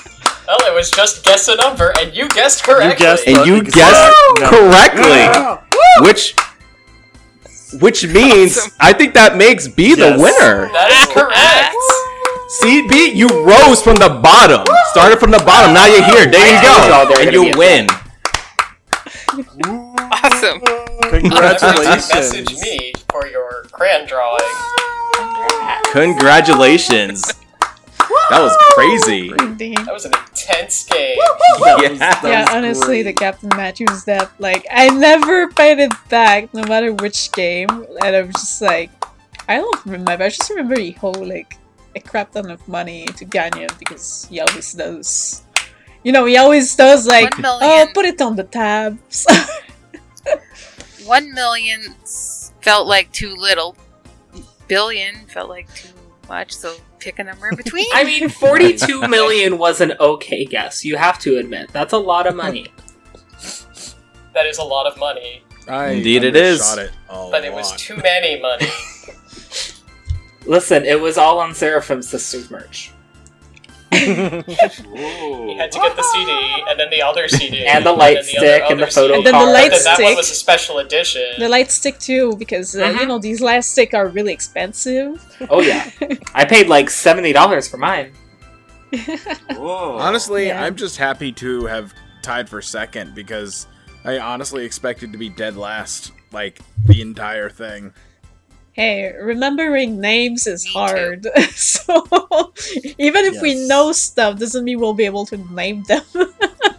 Speaker 5: Well, it was just guess a number, and you guessed correctly.
Speaker 8: You guessed
Speaker 1: and
Speaker 8: the
Speaker 1: you
Speaker 8: exact
Speaker 1: guessed
Speaker 8: number.
Speaker 1: correctly, which which means I think that makes B the
Speaker 8: Yes.
Speaker 1: winner.
Speaker 5: That is correct.
Speaker 1: See, B, you rose from the bottom, started from the bottom. Now you're here. There you
Speaker 2: told y'all
Speaker 1: go,
Speaker 2: they were
Speaker 1: and
Speaker 2: gonna be
Speaker 1: you
Speaker 2: upset.
Speaker 1: win.
Speaker 3: Awesome.
Speaker 5: Everyone message
Speaker 8: Congratulations.
Speaker 5: me for your crayon drawing.
Speaker 1: Congratulations. That was crazy.
Speaker 6: Indeed.
Speaker 5: That was an intense game.
Speaker 8: That was- that
Speaker 6: Yeah,
Speaker 8: was
Speaker 6: honestly, the
Speaker 8: great.
Speaker 6: Captain Matthews death, like, I never paid it back, no matter which game. And I was just like, I don't remember. I just remember he owed, like, a crap ton of money to Ganyan because he always does. You know, he always does, like,
Speaker 3: One million.
Speaker 6: oh, put it on the tabs.
Speaker 3: One million s- felt like too little. Billion felt like too much. So pick a number in between.
Speaker 2: I mean, 42 million was an okay guess. You have to admit. That's a lot of money.
Speaker 5: That is a lot of money,
Speaker 7: I
Speaker 1: Indeed it is.
Speaker 7: undershot It a
Speaker 5: but it was
Speaker 7: lot.
Speaker 5: too many money.
Speaker 2: Listen, it was all on Seraphim's sister's merch.
Speaker 5: You had to get the CD, and then the other CD,
Speaker 2: And the light
Speaker 5: then
Speaker 2: stick, and the
Speaker 5: CD.
Speaker 2: photo
Speaker 6: And then the
Speaker 5: But
Speaker 6: light
Speaker 5: then that one
Speaker 6: stick.
Speaker 5: was a special edition.
Speaker 6: the light stick, too, because, uh, you
Speaker 3: Mm-hmm.
Speaker 2: Mhm.
Speaker 6: know, these light stick are really expensive.
Speaker 2: Oh, yeah. I paid like $70 for mine.
Speaker 7: Honestly,
Speaker 6: Yeah.
Speaker 7: I'm just happy to have tied for second because I honestly expected to be dead last, like the entire thing.
Speaker 6: Hey, remembering names is
Speaker 3: Me too.
Speaker 6: hard. so even if we
Speaker 8: Yes.
Speaker 6: know stuff, doesn't mean we'll be able to name them.
Speaker 5: Oh,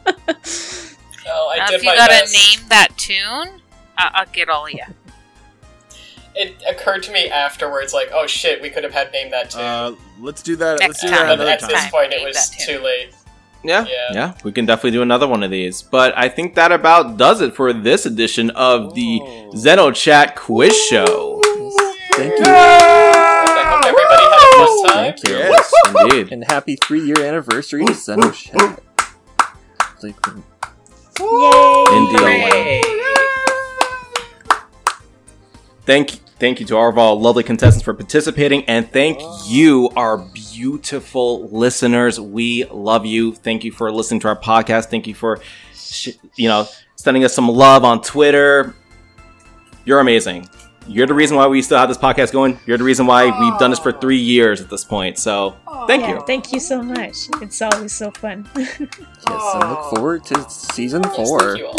Speaker 5: I
Speaker 3: Now,
Speaker 5: did
Speaker 3: if you
Speaker 5: my
Speaker 3: gotta
Speaker 5: best.
Speaker 3: name that tune, I- I'll get all of you.
Speaker 5: It occurred to me afterwards, like, oh shit, we could have had named that too.
Speaker 7: Uh, let's do that. let's
Speaker 3: Next
Speaker 7: do
Speaker 3: time.
Speaker 7: that
Speaker 5: but
Speaker 7: another
Speaker 5: at
Speaker 7: time.
Speaker 5: this point, it
Speaker 3: Name
Speaker 5: was
Speaker 3: that tune.
Speaker 5: too late.
Speaker 1: Yeah,
Speaker 5: Yeah.
Speaker 1: yeah, We can definitely do another one of these. But I think that about does it for this edition of the
Speaker 8: Oh.
Speaker 5: Oh.
Speaker 1: Zeno Chat Quiz Show.
Speaker 8: Thank you.
Speaker 5: I hope Oh, everybody
Speaker 6: Oh!
Speaker 5: had a fun time.
Speaker 8: Thank you.
Speaker 1: Yes, indeed.
Speaker 8: And happy three year anniversary to Zenoshat. Like,
Speaker 1: Indeed. Thank thank you to all of our lovely contestants for participating, and thank you, our beautiful listeners. We love you. Thank you for listening to our podcast. Thank you for, sh- you know, sending us some love on Twitter. You're amazing. You're the reason why we still have this podcast going. You're the reason why we've done this for three years at this point. So, thank
Speaker 6: Yeah,
Speaker 1: you.
Speaker 6: Thank you so much. It's always so fun.
Speaker 8: yes, and look forward to season
Speaker 5: Yes,
Speaker 8: four.
Speaker 5: thank you all.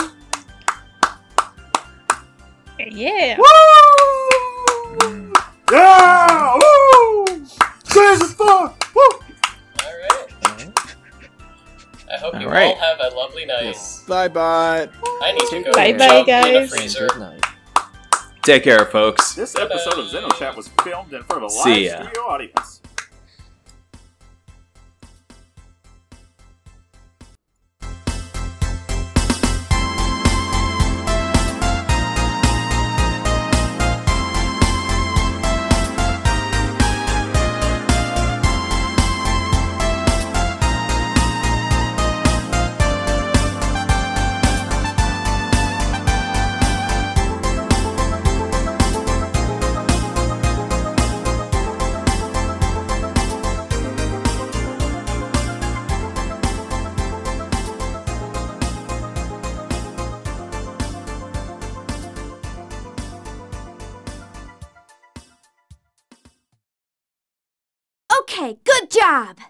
Speaker 6: yeah.
Speaker 7: Mm.
Speaker 4: Yeah! Woo! Season four! Woo!
Speaker 5: All right. I hope you
Speaker 1: All right.
Speaker 5: all have a lovely night.
Speaker 7: Bye bye.
Speaker 5: I need to go
Speaker 6: Bye
Speaker 5: jump
Speaker 6: bye,
Speaker 5: in a
Speaker 6: guys.
Speaker 5: freezer.
Speaker 8: Good night.
Speaker 1: Take care, folks.
Speaker 4: This episode of Xenochat was filmed in front of a live
Speaker 1: See ya.
Speaker 4: studio audience.
Speaker 9: Okay, good job.